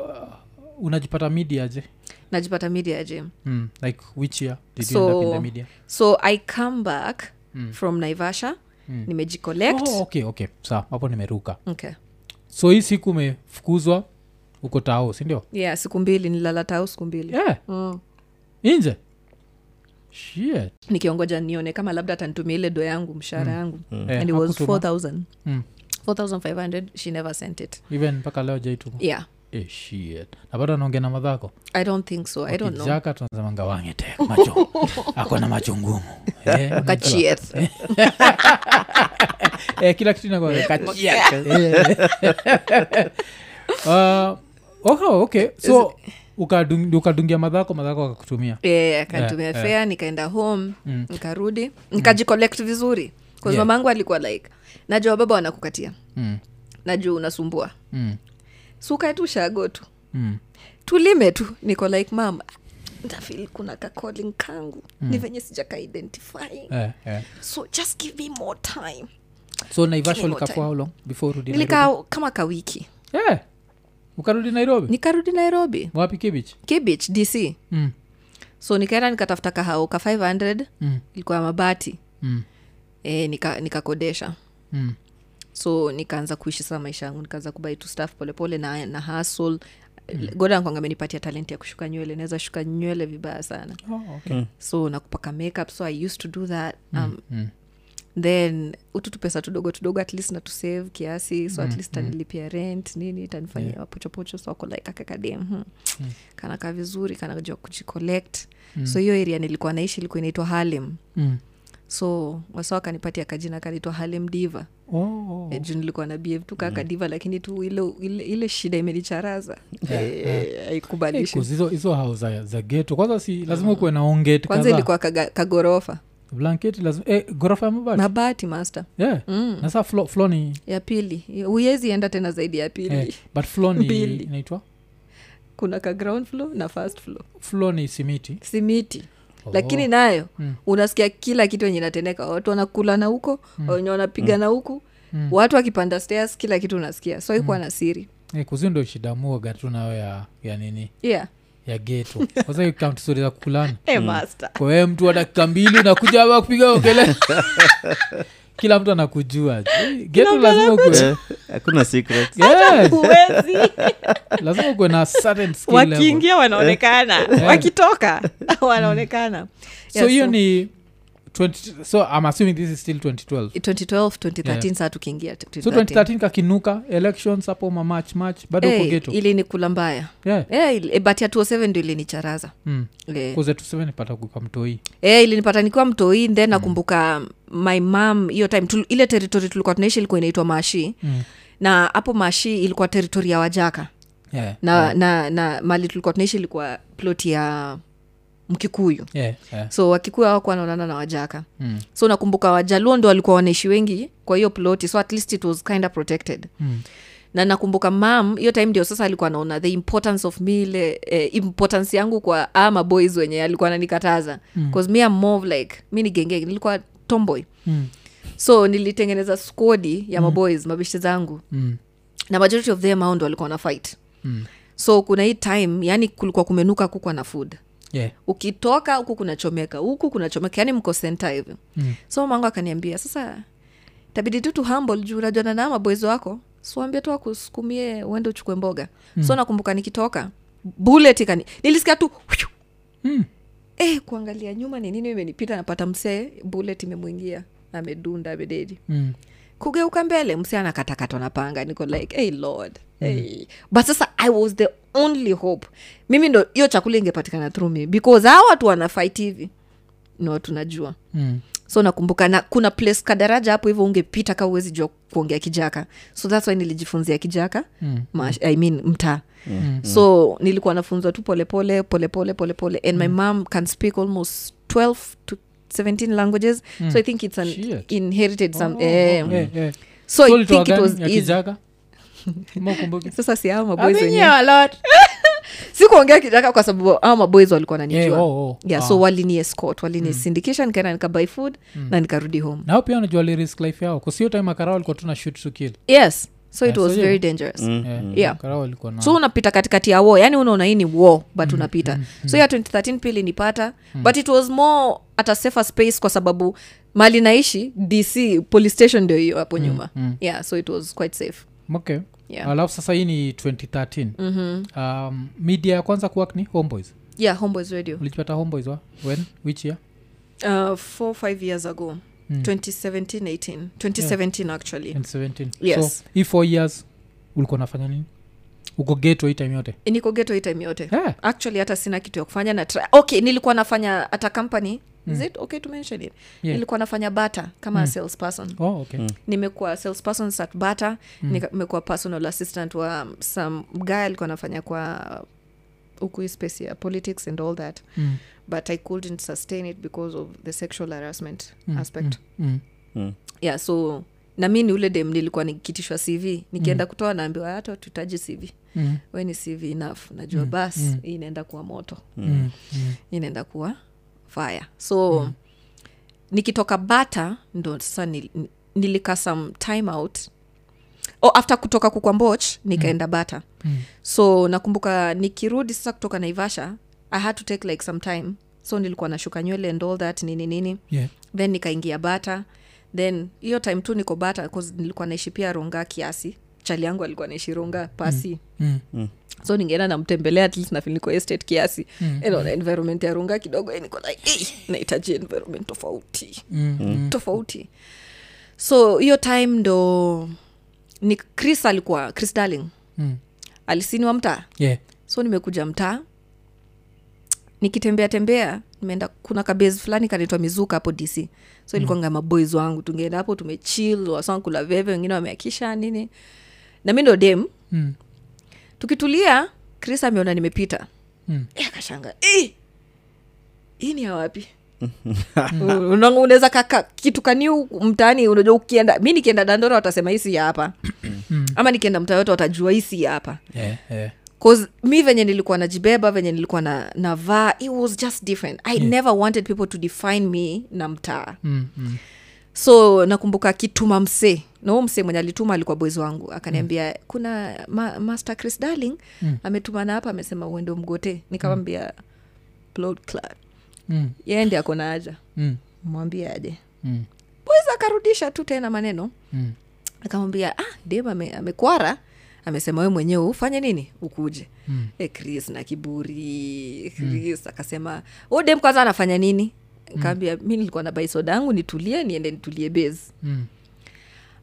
Speaker 1: unajipata media je
Speaker 2: najipata media gym
Speaker 1: mm. like which year did you end up in the
Speaker 2: so
Speaker 1: media
Speaker 2: so i come back
Speaker 1: Mm.
Speaker 2: from naivasha
Speaker 1: Mm.
Speaker 2: nimejicollect
Speaker 1: oh, okay okay sawa hapo nimeruka
Speaker 2: okay
Speaker 1: so hii siku umefukuzwa uko tao sindio
Speaker 2: yeah siku mbili nilala tao siku mbili
Speaker 1: yeah.
Speaker 2: mm.
Speaker 1: inje Eh, shit
Speaker 2: nikiongoja nione kama labda atanitumia ile do yangu mshahara yangu
Speaker 1: Eh,
Speaker 2: Hmm. and it was
Speaker 1: hakutuma.
Speaker 2: 4000
Speaker 1: Mm.
Speaker 2: 4500 she never sent it
Speaker 1: even mpaka leo jaituma
Speaker 2: yeah
Speaker 1: eh, shit na bado anaongea na madhako
Speaker 2: i don't think so i don't know
Speaker 1: kijaka tunasemanga wangetek macho ako na macho ngumu Eh, unajua.
Speaker 2: kachieth
Speaker 1: eh, kila kitu Eh. nakokay Uh, so ukadung- ukadungia madhako madhako akakutumia
Speaker 2: yeah, akanitumia
Speaker 1: Yeah,
Speaker 2: fea nikaenda home
Speaker 1: Mm.
Speaker 2: nikarudi nikajicollect vizuri bcause
Speaker 1: Yeah.
Speaker 2: mamangu alikuwa like najua baba wanakukatia
Speaker 1: Mm,
Speaker 2: najua unasumbua
Speaker 1: mm,
Speaker 2: sukae tu shago tu
Speaker 1: mm,
Speaker 2: tulime tu niko like mam ntafil kuna ka calling kangu
Speaker 1: Mm.
Speaker 2: ni venye sijaka identify
Speaker 1: eh, eh.
Speaker 2: so just give me more time
Speaker 1: so naivasha
Speaker 2: Give me more
Speaker 1: ulikaa kwa how long before urudi Nairobi?
Speaker 2: nilikaa kama kawiki
Speaker 1: Eh, ukarudi nairobi
Speaker 2: nikarudi nairobi
Speaker 1: wapi kibich
Speaker 2: kibich dc
Speaker 1: mm,
Speaker 2: so nikaenda nikatafuta kahao ka 500
Speaker 1: mm,
Speaker 2: ilikuwa ya mabati
Speaker 1: mm,
Speaker 2: e, nika- nikakodesha nika
Speaker 1: mm.
Speaker 2: so nikaanza kuishi saa maisha yangu nikaanza kubai tu staff polepole na, na hasl mm. goda kwanga amenipatia talenti ya kushuka nywele naweza shuka nywele vibaya sana
Speaker 1: Oh, okay.
Speaker 2: so nakupaka makeup so i used to do that um,
Speaker 1: mm.
Speaker 2: then ututu pesa tudogo tudogo at least natusave kiasi so at least tanilipia rent nini itanifanyia Mm, yeah. pochopocho so ako like akakadem hmm. mm. kanaka vizuri kanajua kujicollect mm. so hiyo area nilikuwa naishi ilikuwa inaitwa halem
Speaker 1: Mm.
Speaker 2: so wasa wakanipatia kajina kanaitwa halem diva
Speaker 1: Oh,
Speaker 2: Eh, juu nilikuwa na bf tu kaka diva lakini tu ile, ile, ile shida imenicharaza Eh,
Speaker 1: Eh,
Speaker 2: haikubalishi
Speaker 1: 'cause hizo hizo hao za, za geto kwanza si lazima ukuwe na onget
Speaker 2: kwanza ilikuwa kaga- kagorofa
Speaker 1: blanketi lazima eh, gorofa ya mabati
Speaker 2: mabati master
Speaker 1: yeah.
Speaker 2: mm.
Speaker 1: na saa flo, flo ni
Speaker 2: ya pili huwezi enda tena zaidi ya pili
Speaker 1: eh, but flo ni
Speaker 2: Mbili.
Speaker 1: inaitwa
Speaker 2: kuna ka ground floor na first floor
Speaker 1: flo ni simiti
Speaker 2: simiti
Speaker 1: Oh.
Speaker 2: lakini nayo
Speaker 1: Mm.
Speaker 2: unasikia kila kitu wenye inatendeka watu wanakulana huko mm. wenye wanapigana huku
Speaker 1: Mm.
Speaker 2: watu wakipanda stairs kila kitu unasikia so ikuwa na siri
Speaker 1: eh, kuzi ndo shidamuoga tu nayo ya, ya nini
Speaker 2: yeah
Speaker 1: ya geto kwanza kamtsuri za kukulana
Speaker 2: hey, master
Speaker 1: kwa hiyo mtu wa dakika mbili unakuja hapa kupiga ukele kila mtu anakujua Eh, geto lazima ukue
Speaker 3: Eh, hakuna secret
Speaker 1: Yes,
Speaker 2: huwezi
Speaker 1: lazima ukuwe na certain skill level.
Speaker 2: wakiingia wanaonekana wakitoka wanaonekana
Speaker 1: so hiyo ni 20, so i'm assuming this is still 2012
Speaker 2: 2012 2013
Speaker 1: Yeah.
Speaker 2: saa tukiingia t-
Speaker 1: so 2013 kakinuka elections hapo mamach mach bado uko
Speaker 2: Eh,
Speaker 1: geto
Speaker 2: ili ni kula mbaya
Speaker 1: yeah.
Speaker 2: Eh, ili- eh, but ya 27 ndio ilinicharaza
Speaker 1: mm.
Speaker 2: Eh.
Speaker 1: kuzetusevenipata kuka mtoi
Speaker 2: e, ilinipata nikiwa mtoi then nakumbuka my mam hiyo time tul, ile teritori tulikuwa tunaishi ilikuwa inaitwa mashi
Speaker 1: Mm.
Speaker 2: na hapo mashi ilikuwa teritori ya wajaka
Speaker 1: yeah.
Speaker 2: na, na, na mali tulikuwa tunaishi ilikuwa ploti ya mkikuyu
Speaker 1: yeah. yeah.
Speaker 2: so wakikuyu hawakuwa wanaonana na wajaka
Speaker 1: mm.
Speaker 2: so nakumbuka wajaluo ndo walikuwa wanaishi wengi kwa hiyo ploti so at least it was kind of protected
Speaker 1: Mm.
Speaker 2: na nakumbuka mam hiyo time ndio sasa alikuwa anaona the importance of me ile eh, importance yangu kwa ama boys wenye alikuwa ananikataza mm. cause me am more of like mi ni genge nilikuwa tomboy
Speaker 1: Mm.
Speaker 2: so nilitengeneza skodi ya maboys mabishi zangu
Speaker 1: Mm.
Speaker 2: na majority of them au ndo walikuwa na fight
Speaker 1: Mm.
Speaker 2: so kuna hii time yani kulikuwa kumenuka kukwa na food
Speaker 1: yeah.
Speaker 2: ukitoka huku kunachomeka huku kunachomeka yani mko senta hivi
Speaker 1: Mm.
Speaker 2: so mamangu akaniambia sasa tabidi tu tuhumble juu unajua nanaa maboezi wako siwambia tu akusukumie uende uchukue mboga mm. so nakumbuka nikitoka bullet ikani nilisikia tu "Whew!"
Speaker 1: Mm.
Speaker 2: eh, kuangalia nyuma ni nini imenipita napata msee bullet imemwingia amedunda amededi
Speaker 1: Mm.
Speaker 2: kugeuka mbele msee anakatakatwa na panga niko like hey lord
Speaker 1: Mm.
Speaker 2: hey. but sasa i was the only hope mimi ndo hiyo chakula ingepatikana through me because hawa watu wana fight hivi no tunajua
Speaker 1: Mm.
Speaker 2: so nakumbuka na kuna place kadaraja hapo hivyo ungepita ka uwezi jua kuongea kijaka so thats why nilijifunzia kijaka
Speaker 1: Mm.
Speaker 2: mash, i mean mtaa mm. so nilikuwa nafunzwa tu polepole polepole polepole and mm. my mom can speak almost 12 to 17 languages mm. so i think it's an
Speaker 1: Shit.
Speaker 2: inherited some,
Speaker 1: Oh,
Speaker 2: eh,
Speaker 1: eh, eh.
Speaker 2: so
Speaker 1: So
Speaker 2: i
Speaker 1: ilitoa
Speaker 2: think it
Speaker 1: gani
Speaker 2: was
Speaker 1: ya
Speaker 2: easy
Speaker 1: Kijaga? Mwakumbuke?
Speaker 2: sasa si hawa
Speaker 1: I
Speaker 2: maboys
Speaker 1: think
Speaker 2: wenyewe sikuongea kijaka kwa sababu hawa maboys walikuwa nanijua
Speaker 1: Eh, oh, oh.
Speaker 2: yeah,
Speaker 1: Ah.
Speaker 2: so walini escort walinisindikisha mm. nikaenda nikabuy food mm. na nikarudi home
Speaker 1: nao pia unajua lirisk life yao kusio time akarao walikuwa tuna shoot to kill
Speaker 2: yes so it
Speaker 1: Yeah,
Speaker 2: was
Speaker 1: so
Speaker 2: very
Speaker 1: you-
Speaker 2: dangerous mm.
Speaker 1: Eh,
Speaker 2: Yeah.
Speaker 1: Makarao walikuwa na
Speaker 2: so unapita katikati ya war yani unaona hii ni war
Speaker 1: Mm,
Speaker 2: but unapita so ya 2013 pia ilinipata but it was more at a safer space kwa sababu mali naishi dc police station ndio hiyo
Speaker 1: Mm.
Speaker 2: hapo nyuma yeah so it was quite safe
Speaker 1: okay
Speaker 2: Yeah.
Speaker 1: alafu sasa hii ni 2013 mm-hmm. um, media ya kwanza kuwak ni homeboys
Speaker 2: yeah homeboys radio
Speaker 1: ulijipata homeboys wa when which year
Speaker 2: uh, four five years ago mm. 2017 18 2017
Speaker 1: Hmm.
Speaker 2: actually
Speaker 1: 2017
Speaker 2: Yes.
Speaker 1: so hii four years ulikuwa nafanya nini uko geto hii time yote
Speaker 2: niko geto hii time yote
Speaker 1: Eh,
Speaker 2: actually hata sina kitu ya kufanya na tra- okay nilikuwa nafanya hata company is it okay to mention it
Speaker 1: Yeah.
Speaker 2: nilikuwa nafanya bata kama mm. salesperson
Speaker 1: oh, okay.
Speaker 2: nimekuwa salesperson at bata mm. nimekuwa personal assistant wa um, some guy alikuwa anafanya kwa huku space ya politics and all that
Speaker 1: Mm,
Speaker 2: but i couldn't sustain it because of the sexual harassment
Speaker 1: mm,
Speaker 2: mm. aspect mm.
Speaker 1: mm, mm.
Speaker 2: yeah so na mi ni ule dem nilikuwa nikitishwa cv nikienda mm. kutoa naambiwa hata tututaji cv
Speaker 1: Mm,
Speaker 2: we ni cv enough najua mm. bas mm. inaenda kuwa moto
Speaker 1: mm, mm.
Speaker 2: inaenda kuwa fire so mm. nikitoka bata ndo sasa nil, nilika some time out o after kutoka kukwamboch nikaenda bata
Speaker 1: Mm.
Speaker 2: so nakumbuka nikirudi sasa kutoka naivasha i had to take like some time so nilikuwa nashuka nywele and all that nini nini
Speaker 1: Yeah.
Speaker 2: then nikaingia bata then hiyo time tu niko bata 'cause nilikuwa naishi pia ronga kiasi chali yangu alikuwa naishi ronga pasi mm
Speaker 1: Mm,
Speaker 2: so ningeenda namtembelea at least nafil niko estate kiasi mm. naona environment ya runga kidogo eh, niko like "Eh, nahitaji environment tofauti
Speaker 1: mm, mm.
Speaker 2: tofauti so hiyo time ndo ni chris alikuwa chris darling
Speaker 1: Mm.
Speaker 2: alisiniwa mtaa
Speaker 1: Yeah.
Speaker 2: so nimekuja mtaa nikitembea tembea nimeenda kuna kabezi fulani kanaitwa mizuka hapo dc so ilikuanga maboys wangu tungeenda hapo tumechil wasankula veve wengine wameakisha nini na mi ndo dem
Speaker 1: Mm,
Speaker 2: tukitulia chris ameona nimepita
Speaker 1: Mm.
Speaker 2: Eh, akashanga "Eh, hii ni yawapi unaweza kaka kitu kaniu mtaani unajua ukienda mi nikienda dandora watasema hii si ya hapa ama nikienda mtaa yote watajua hii si ya hapa
Speaker 1: yeah, yeah.
Speaker 2: 'Cause mi venye nilikuwa najibeba venye nilikuwa na navaa it was just different i never wanted people to define me na mtaa
Speaker 1: Mm, mm.
Speaker 2: so nakumbuka akituma msee na huo msee mwenye alituma alikuwa boezi wangu akaniambia mm. kuna ma, master chris darling mm. ametuma na hapa amesema uende mgote nikamwambia mm.
Speaker 1: Mm,
Speaker 2: yeye ndi akona aja
Speaker 1: mm,
Speaker 2: mwambie aje
Speaker 1: mm,
Speaker 2: boezi akarudisha tu tena maneno
Speaker 1: mm.
Speaker 2: akamwambia ah, dem ame, amekwara amesema we mwenyewe ufanye nini ukuje mm. e, chris na kiburi chris mm. akasema "Huyu dem kwanza anafanya nini kaambia mi nilikuwa na baisoda yangu nitulie niende nitulie bezi
Speaker 1: Mm.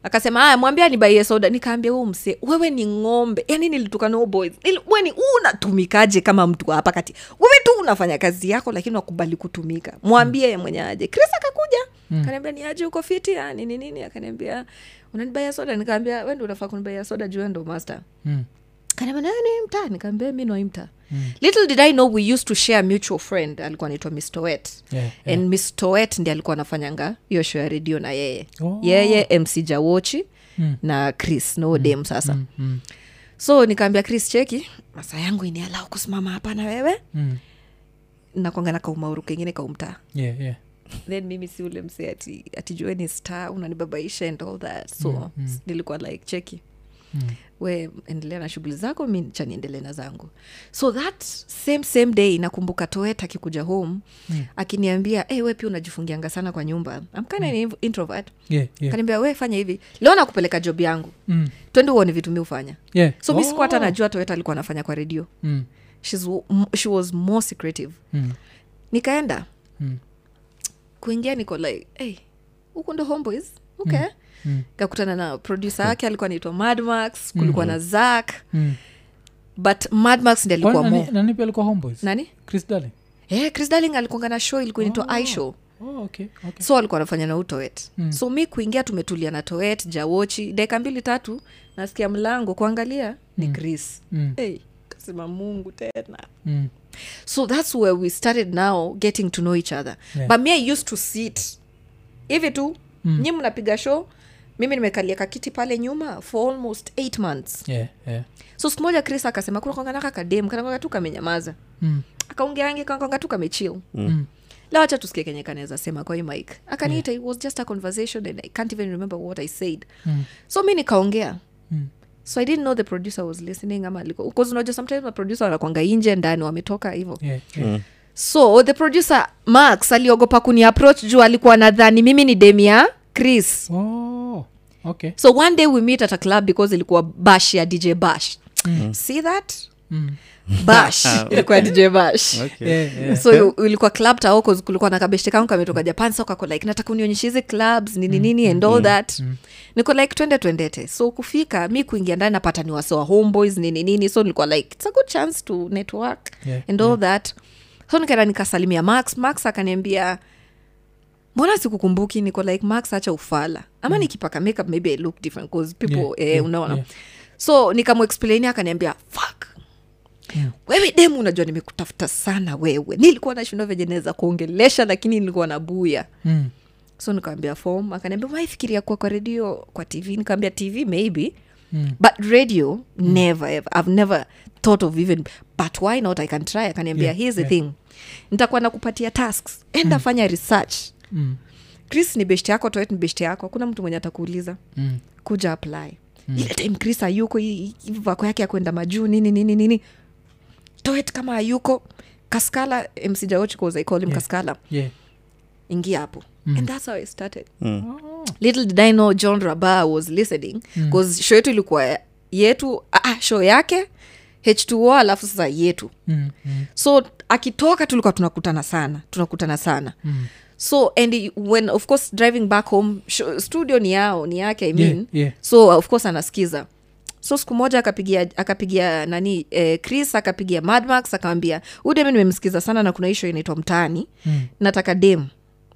Speaker 2: akasema aya mwambia nibaie soda nikaambia huu mse wewe ni ng'ombe yani nilitukana huo boys Nili- wewe ni huu unatumikaje kama mtu hapa kati wewe tu unafanya kazi yako lakini unakubali kutumika mwambie yeye mwenye aje chris akakuja akaniambia ni aje uko fiti ah, nini nini akaniambia unanibaia soda nikaambia we ndo unafaa kunibaia soda juu wewe ndo master
Speaker 1: Mm.
Speaker 2: kaniambia nani mta nikaambia mi naimta little did i know we used to share mutual friend alikuwa anaitwa mistowet
Speaker 1: Yeah,
Speaker 2: yeah. and mistowet ndi alikuwa anafanyanga hiyo show ya redio na yeye
Speaker 1: Oh.
Speaker 2: yeye mc jawochi
Speaker 1: Mm.
Speaker 2: na chris no dem sasa
Speaker 1: Mm, mm,
Speaker 2: so nikaambia chris cheki masaa yangu inialau kusimama hapa na wewe
Speaker 1: mm.
Speaker 2: nakwanga na kaumauru kengine kaumtaa
Speaker 1: Yeah, yeah.
Speaker 2: then mimi si ule mse ati, ati jue ni star unanibabaisha and all that so
Speaker 1: Hmm,
Speaker 2: s- nilikuwa like cheki we endelea na shughuli zako mi cha niendelee na zangu so that same same day nakumbuka toet akikuja home
Speaker 1: Hmm.
Speaker 2: akiniambia hey, we pia unajifungianga sana kwa nyumba amkana mm. ni introvert
Speaker 1: Hmm. Yeah, yeah.
Speaker 2: kaniambia we fanya hivi leo nakupeleka job yangu
Speaker 1: Mm.
Speaker 2: twende uone vitu mi hufanya
Speaker 1: Yeah.
Speaker 2: so oh. mi sikuwa hata
Speaker 1: Oh.
Speaker 2: najua toet alikuwa anafanya kwa redio
Speaker 1: Mm,
Speaker 2: She's w- m- she was more secretive
Speaker 1: mm.
Speaker 2: nikaenda
Speaker 1: Mm.
Speaker 2: kuingia niko like hey, huku ndo
Speaker 1: Hmm.
Speaker 2: homeboys okay
Speaker 1: Mm.
Speaker 2: kakutana na produsa yake alikuwa anaitwa madmax kulikuwa
Speaker 1: Hmm.
Speaker 2: na zak
Speaker 1: Mm.
Speaker 2: but madmax ndi alikuwa
Speaker 1: Kwani
Speaker 2: mo
Speaker 1: nani- nani pia alikuwa homeboys
Speaker 2: nani
Speaker 1: chris darling
Speaker 2: eh, chris darling alikuanga na show ilikuwa inaitwa oh. ishow
Speaker 1: oh, okay, okay.
Speaker 2: so alikuwa anafanya na utowet
Speaker 1: Mm.
Speaker 2: mm. so mi kuingia tumetulia na towet jawochi dakika mbili tatu nasikia mlango kuangalia ni
Speaker 1: Mm.
Speaker 2: chris
Speaker 1: Mm,
Speaker 2: hey, kasema mungu tena
Speaker 1: mm,
Speaker 2: so that's where we started now getting to know each other
Speaker 1: Yeah.
Speaker 2: yeah. but me i used to sit hivi tu mm. nyi mnapiga show mimi nimekalia kakiti pale nyuma for almost eight months
Speaker 1: yeah, yeah.
Speaker 2: so siku moja chris akasema kuna konganaka kadem kanakonga tu kamenyamaza
Speaker 1: Mm,
Speaker 2: akaongeangi kanakonga tu kamechill
Speaker 1: mm,
Speaker 2: leo hacha tusikie kenye kanaweza sema kwa hii mike akaniita yeah. it was just a conversation and i can't even remember what i said
Speaker 1: mm,
Speaker 2: so mi nikaongea
Speaker 1: mm.
Speaker 2: so i didn't know the producer was listening ama aliko because unajua sometimes maproducer wanakwanga nje ndani wametoka hivo
Speaker 1: Yeah, yeah.
Speaker 2: so the producer max aliogopa kuni approach juu alikuwa nadhani mimi ni demia chris
Speaker 1: Oh, okay.
Speaker 2: so one day we meet at a club because ilikuwa bash ya dj bash
Speaker 1: Mm.
Speaker 2: see that
Speaker 1: Mm.
Speaker 2: bash ilikuwa ya dj bash
Speaker 1: Eh.
Speaker 3: Okay.
Speaker 1: Yeah, yeah.
Speaker 2: so ulikuwa club taoko kulikuwa na kabeshte kangu kametoka japan so kako like nataka unionyeshe hizi clubs nini
Speaker 1: Mm.
Speaker 2: nini and all that niko like twende twendete so kufika mi kuingia ndani napata ni wasewa homeboys nini nini so nilikuwa like its a good chance to network
Speaker 1: Yeah,
Speaker 2: and all that so nikaenda nikasalimia max max akaniambia mbona sikukumbuki niko like max acha ufala ama nikipaka makeup maybe i look different cause people
Speaker 1: Mm. Yeah,
Speaker 2: eh,
Speaker 1: yeah,
Speaker 2: unaona
Speaker 1: yeah.
Speaker 2: so nikamexplaini akaniambia fuck
Speaker 1: Yeah.
Speaker 2: wewe demu unajua nimekutafuta sana wewe nilikuwa nashindwa venye naweza kuongelesha lakini nilikuwa na buya
Speaker 1: Mm,
Speaker 2: so nikaambia fom akaniambia waifikiria kuwa kwa redio kwa tv nikaambia tv maybe
Speaker 1: Mm.
Speaker 2: but radio never ever i've never thought of even but why not i can try akaniambia
Speaker 1: Yeah,
Speaker 2: here's the
Speaker 1: yeah.
Speaker 2: thing nitakuwa nakupatia tasks enda fanya research
Speaker 1: mm,
Speaker 2: chris ni beshti yako toet ni beshti yako kuna mtu mwenye atakuuliza
Speaker 1: mm.
Speaker 2: kuja apply mm. ile time chris ayuko hi- hi- vako yake ya kwenda majuu nini nini nini toet kama ayuko kaskala msijaochikozaikolim yeah.
Speaker 1: Yeah.
Speaker 2: kaskala
Speaker 1: Yeah.
Speaker 2: ingia hapo mm. and that's how i started
Speaker 3: Mm.
Speaker 1: Oh,
Speaker 2: little did i know john raba was listening bcause mm. show yetu ilikuwa yetu ah, show yake h2o alafu sasa yetu
Speaker 1: mm, mm,
Speaker 2: so akitoka tulikuwa tunakutana sana tunakutana sana
Speaker 1: mm.
Speaker 2: so and when of course driving back home sh- studio ni yao ni yake i mean
Speaker 1: Yeah, yeah.
Speaker 2: so of course anaskiza so siku moja akapigia akapigia nani eh, chris akapigia madmax akamwambia huu demu nimemsikiza sana na kuna isho inaitwa mtaani
Speaker 1: Mm.
Speaker 2: nataka dem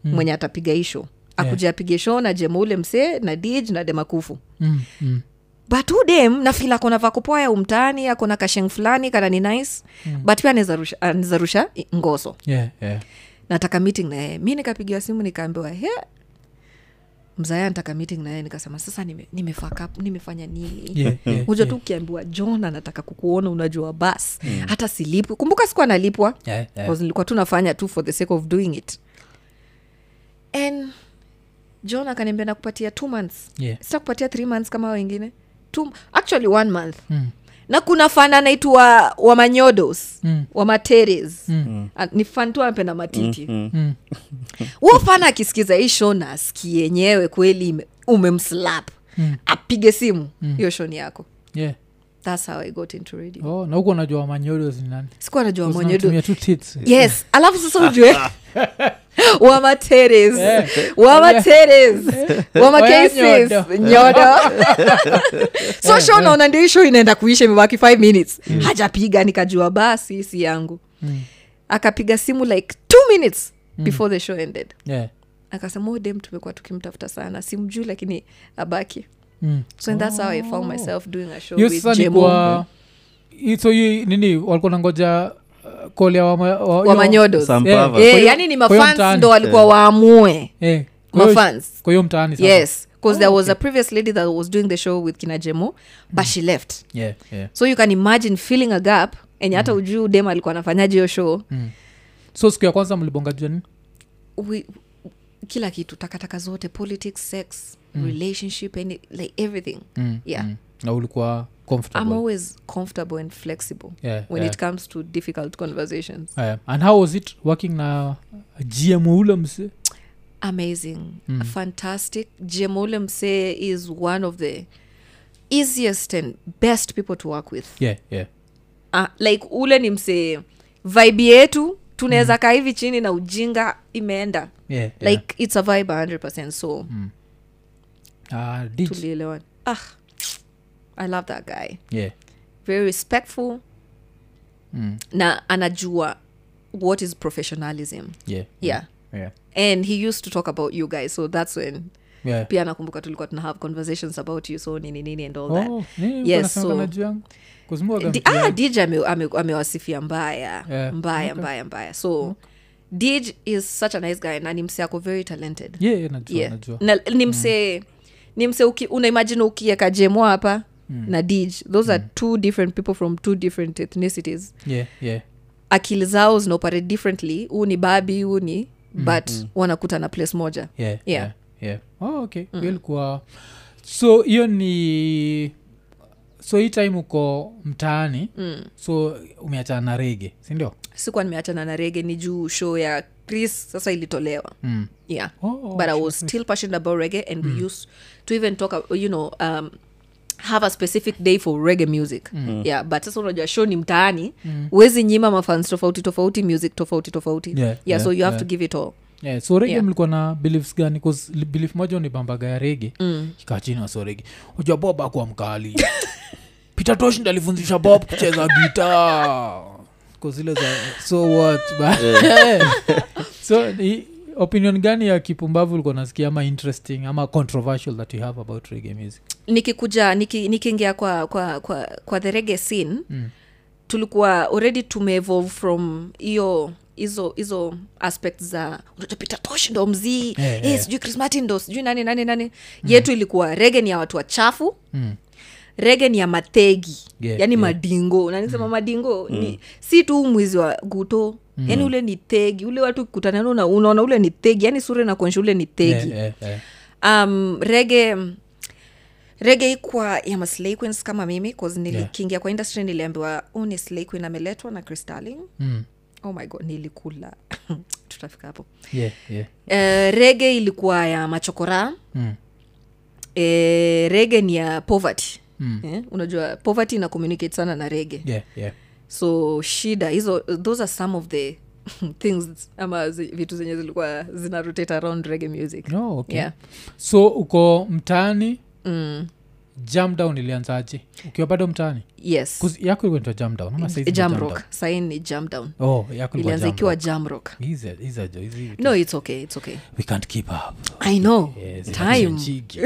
Speaker 1: Hmm.
Speaker 2: mwenye atapiga isho akuja apige show na jema ule msee na dij na demakufu
Speaker 1: Mm, mm.
Speaker 2: but hu dem nafil akona vakopoa ya umtaani akona kasheng fulani kana ni nice
Speaker 1: Hmm.
Speaker 2: mm. but pia anaweza rusha- anaweza rusha i- ngoso
Speaker 1: Yeah, yeah.
Speaker 2: nataka meeting naye mi nikapigiwa simu nikaambiwa he mzaya nataka meeting naye nikasema sasa nime, nimefaka, nimefanya nini
Speaker 1: Yeah, yeah,
Speaker 2: uja
Speaker 1: yeah.
Speaker 2: tu ukiambiwa john anataka kukuona unajua bas mm. hata silipwi kumbuka sikuwa nalipwa
Speaker 1: Yeah, yeah.
Speaker 2: 'Cause nilikuwa tu nafanya tu for the sake of doing it and john akaniambia nakupatia two months
Speaker 1: Yeah.
Speaker 2: sitakupatia three months kama hao wengine two, actually one month
Speaker 1: Mm,
Speaker 2: na kuna fan anaitwa wamanyodos
Speaker 1: Mm.
Speaker 2: wamateres
Speaker 1: Mm.
Speaker 2: Ah, ni fan tu ampenda matiti mm, mm.
Speaker 1: mm.
Speaker 2: huo fan akisikiza hii show na asikie yenyewe kweli ime- umemslap
Speaker 1: Mm.
Speaker 2: apige simu hiyo show ni yako
Speaker 1: Yeah.
Speaker 2: thats how i got into radio
Speaker 1: Oh, na huko najua manyodos ni nani
Speaker 2: sikuwa najua
Speaker 1: Because
Speaker 2: mwenyedo
Speaker 1: natumia tu tits.
Speaker 2: yes alafu sasa ujue wamateres
Speaker 1: Yeah.
Speaker 2: wamateres wamakesis
Speaker 1: Eh. Oya,
Speaker 2: nyodo so sho naona ndio isho inaenda kuisha imebaki 5 minutes hajapiga nikajua basi si yangu
Speaker 1: Mm.
Speaker 2: akapiga simu like two minutes before the show ended
Speaker 1: Yeah.
Speaker 2: akasema "Oh, dem tumekuwa tukimtafuta sana simjuu lakini abaki
Speaker 1: Mm.
Speaker 2: so and that's how i found
Speaker 1: Oh.
Speaker 2: myself doing a show
Speaker 1: Hiyo
Speaker 2: with
Speaker 1: sasa ni
Speaker 2: Jemo.
Speaker 1: kwa- hii- so hii nini walikuwa nangoja uh, call ya wama- wa- hiyo-
Speaker 2: Wamanyodos.
Speaker 3: Sampava.
Speaker 2: Eh,
Speaker 1: Kwa hiyo-
Speaker 2: yani ni
Speaker 1: kwa hiyo
Speaker 2: mafans
Speaker 1: mtaani.
Speaker 2: ndo walikuwa waamue
Speaker 1: Eh, kwa hiyo-
Speaker 2: Mafans.
Speaker 1: kwa hiyo mtaani sasa.
Speaker 2: yes because there was a previous lady that was doing the show with kinajemo but she left
Speaker 1: Yeah, yeah.
Speaker 2: so you can imagine filling a gap enye hata ujuu dem alikuwa anafanyaji hiyo show
Speaker 1: so siku ya kwanza mlibonga jua nini
Speaker 2: we, kila kitu takataka zote politics sex relationship any, like everything
Speaker 1: Mm,
Speaker 2: yeah
Speaker 1: mm. na ulikuwa
Speaker 2: i'm
Speaker 1: comfortable
Speaker 2: always comfortable and flexible
Speaker 1: Yeah,
Speaker 2: when
Speaker 1: yeah.
Speaker 2: it comes to difficult conversations
Speaker 1: Aya, and how was it working na uh, gm ule mse
Speaker 2: amazing fantastic jemoule msee is one of the easiest and best people to work with
Speaker 1: yeah, yeah.
Speaker 2: uh, like ule ni msee vibe yetu tunaweza mm. kaa hivi chini na ujinga imeenda
Speaker 1: Yeah, Mm-hmm. yeah.
Speaker 2: like it's a vibe 100 so mm.
Speaker 1: Ah, did-
Speaker 2: tulielewana ah, i love that guy
Speaker 1: yeah.
Speaker 2: very respectful
Speaker 1: Mm,
Speaker 2: na anajua what is professionalism
Speaker 1: yeah.
Speaker 2: yeah
Speaker 1: yeah
Speaker 2: and he used to talk about you guys so that's when
Speaker 1: yeah
Speaker 2: pia nakumbuka tulikuwa tuna have conversations about you so nini nini and all that
Speaker 1: oh, nini
Speaker 2: Yes,
Speaker 1: yes,
Speaker 2: so-
Speaker 1: so, yangu kuzimwaga
Speaker 2: D-
Speaker 1: mtu
Speaker 2: ah,
Speaker 1: yangu.
Speaker 2: dj ame- ame- amewasifia mbaya
Speaker 1: Yeah,
Speaker 2: mbaya
Speaker 1: okay.
Speaker 2: mbaya mbaya so dj is such a nice guy na ni mse ako very talented
Speaker 1: yeah, yeah, Mm. najua
Speaker 2: yeah.
Speaker 1: najua
Speaker 2: na, ni mse ni mse uki, unaimagine ukieka jemo hapa
Speaker 1: Mm.
Speaker 2: na dj those are two different people from two different ethnicities
Speaker 1: yeah, yeah.
Speaker 2: akili zao zinaoperate differently huu ni babi huu ni
Speaker 1: Mm,
Speaker 2: but wanakutana place moja
Speaker 1: yeah,
Speaker 2: Yeah.
Speaker 1: yeah. yeah. Oh, okay mm. ilikuwa so hiyo ni so hii time uko mtaani mm. so umeachana na rege sindio
Speaker 2: sikuwa nimeachana na rege ni juu show ya chris sasa ilitolewa
Speaker 1: mm.
Speaker 2: yeah
Speaker 1: oh, Mm.
Speaker 2: but i was still passionate about reggae and we used to even talk ab- you know um, have a specific day for reggae music
Speaker 1: Mm.
Speaker 2: yeah but sasa unajua show ni mtaani huwezi nyima mafans tofauti tofauti music tofauti tofauti
Speaker 1: Yeah, yeah,
Speaker 2: so you have
Speaker 1: yeah.
Speaker 2: to give it all
Speaker 1: yeah, so rege
Speaker 2: Yeah.
Speaker 1: mlikuwa na beliefs gani bcause belief moja unibambaga ya rege mm. ikaa chini waso rege ujua bob akuwa mkali peter tosh ndalifunzisha bob kucheza gita kozile za so what ba- so i- opinion gani ya kipumbavu ulikuwa nasikia ama interesting ama controversial that you have about rege music
Speaker 2: nikikuja niki- nikiingia kwa kwa kwa kwa the reggae scene mm. tulikuwa already tumeevolve from hiyo hizo hizo aspect za unajua peter tosh ndo mzii
Speaker 1: Eh,
Speaker 2: yeah,
Speaker 1: eh.
Speaker 2: sijui chris martin ndo sijui nani nani nani mm. yetu ilikuwa rege ni ya watu wachafu mm rege ni ya mategi
Speaker 1: Yeah,
Speaker 2: yani
Speaker 1: yeah.
Speaker 2: madingo nanisema mm. madingo ni si tu mwizi wa guto mm. yani ule ni tegi ule watu kutanano na unaona ule ni tegi yani sura inakuonyesha ule ni tegi
Speaker 1: Eh, eh, eh.
Speaker 2: um, rege rege ikwa ya maslay queens kama mimi cause nilikiingia yeah. kwa industry niliambiwa "Oh, ni slay queen ameletwa na crystalling
Speaker 1: Mm.
Speaker 2: oh my god nilikula tutafika hapo
Speaker 1: Yeah, yeah.
Speaker 2: Eh, rege ilikuwa ya machokora
Speaker 1: Mm.
Speaker 2: Eh, rege ni ya poverty
Speaker 1: Mm.
Speaker 2: Eh, unajua poverty ina communicate sana na rege
Speaker 1: Yeah, yeah.
Speaker 2: so shida hizo those are some of the things ama zi- vitu zenye zilikuwa zina rotate around rege music
Speaker 1: Oh, okay.
Speaker 2: yeah.
Speaker 1: so uko mtaani
Speaker 2: mm,
Speaker 1: jam down ilianzaje ukiwa bado mtaani
Speaker 2: yes
Speaker 1: 'Cause yako ilikuwa inaitwa jam down ama saizi ni jam
Speaker 2: jamrock sain ni jam down
Speaker 1: down? Oh, yako ilikuwa
Speaker 2: ilianza
Speaker 1: jam
Speaker 2: ikiwa
Speaker 1: down.
Speaker 2: jamrock
Speaker 1: Hizi- hizi ajo- hizi vitu-
Speaker 2: no its okay its okay
Speaker 1: we can't keep up
Speaker 2: i know
Speaker 1: Eh,
Speaker 2: time
Speaker 1: zinachenjigi.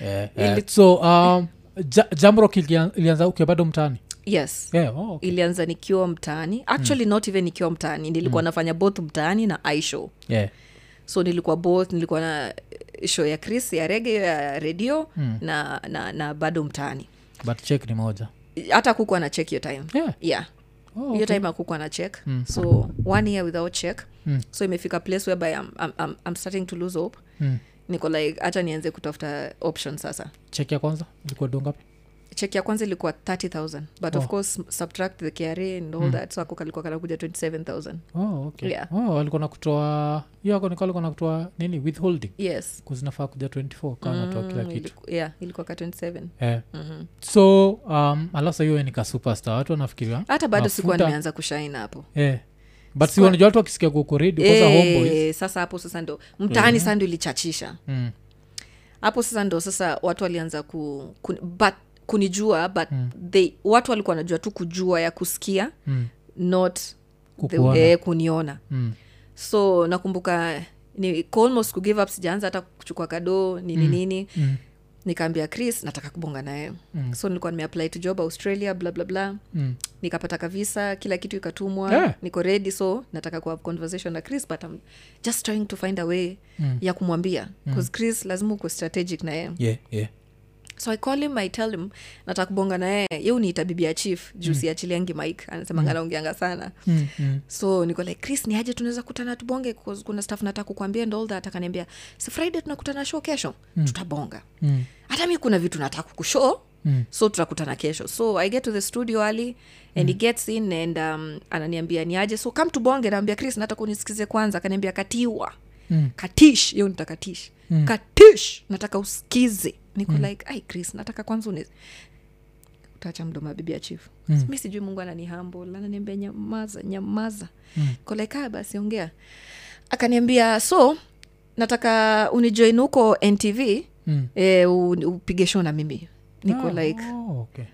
Speaker 1: Eh, eh, so um, ja, jamrock ilian- ilianza ukiwa bado mtaani
Speaker 2: yes
Speaker 1: yeah, oh, okay.
Speaker 2: ilianza nikiwa mtaani actually not even nikiwa mtaani nilikuwa nafanya both mtaani na ishow
Speaker 1: yeah.
Speaker 2: so nilikuwa both nilikuwa na show ya chris ya rege ya redio na, na, na bado mtaani
Speaker 1: but check ni moja
Speaker 2: hata kukuwa na check hiyo time
Speaker 1: yeah.
Speaker 2: yeah
Speaker 1: oh,
Speaker 2: hiyo
Speaker 1: okay.
Speaker 2: time akukwa na check so one year without check
Speaker 1: Mm.
Speaker 2: so imefika place whereby I'm, I'm, I'm, I'm starting to lose hope
Speaker 1: Mm.
Speaker 2: niko like hata nianze kutafuta option sasa
Speaker 1: check ya kwanza ilikuwa dongapi
Speaker 2: chek ya kwanza ilikuwa 30000 but oh. of
Speaker 1: Oh. Hmm.
Speaker 2: course subtract the kra and all mm. that so ako kalikuwa kanakuja 27000
Speaker 1: oh, okay.
Speaker 2: Yeah.
Speaker 1: oh, walikuwa na kutoa hiyo yako nikuwa alikuwa na kutoa nini withholding
Speaker 2: yes
Speaker 1: kuzinafaa kuja 24 kama natoa kila
Speaker 2: Mm, Mhm.
Speaker 1: kitu
Speaker 2: iliku- yeah ilikuwa ka 27
Speaker 1: eh. so um, alafu hiyo ni ka superstar watu wanafikiria
Speaker 2: hata bado sikuwa
Speaker 1: Mafuta.
Speaker 2: nimeanza kushaina hapo
Speaker 1: eh. but si wanajua watu wakisikia kuko redio kwanza homeboys Hmm.
Speaker 2: Eh, sasa hapo sasa ndo mtaani sasa ndo ilichachisha
Speaker 1: mm.
Speaker 2: hapo sasa ndo sasa watu walianza ku, ku, but, kunijua but they, watu walikuwa wanajua tu kujua ya kusikia
Speaker 1: Mm.
Speaker 2: not the,
Speaker 1: Kukuona.
Speaker 2: eh, kuniona
Speaker 1: Mm.
Speaker 2: so nakumbuka ni ka almost kugive up sijaanza hata kuchukua kado nini mm. nini
Speaker 1: Mm.
Speaker 2: nikaambia chris nataka kubonga naye mm. so nilikuwa nimeapply to job australia bla bla bla
Speaker 1: Mm. Eh.
Speaker 2: nikapata kavisa kila kitu ikatumwa
Speaker 1: Yeah.
Speaker 2: niko ready so nataka kuhave conversation na chris but I'm just trying to find a way
Speaker 1: Mm.
Speaker 2: ya kumwambia bcause chris lazima uko strategic na yeye
Speaker 1: yeah, yeah.
Speaker 2: so i call him i tell him nataka kubonga na yeye ye uniita bibi ya chief juu mm. siachiliangi mike anasemanga naongeanga sana
Speaker 1: Mm. Mm.
Speaker 2: so niko like chris ni aje tunaweza kutana tubonge 'Cause kuna staff nataka kukwambia and all that akaniambia si friday tunakutana show kesho mm. tutabonga
Speaker 1: Mm.
Speaker 2: hata mi kuna vitu nataka kushow
Speaker 1: Mm.
Speaker 2: so tutakutana kesho so i get to the studio ali and he gets in and um, ananiambia niaje so kam tubonge naambia chris nataka unisikize kwanza akaniambia katiwa
Speaker 1: Mm.
Speaker 2: katish hiyo nitakatish mm. katish nataka usikize niko mm. like ai chris nataka kwanza unis utacha mdomo wa bibi ya chief mm. mi sijui mungu ananihambo ananiambia nyamaza nyamaza mm. koleka basi ongea akaniambia so nataka unijoin huko ntv
Speaker 1: Mm.
Speaker 2: eh, u- upige show na mimi niko
Speaker 1: Ah,
Speaker 2: like
Speaker 1: oh, okay.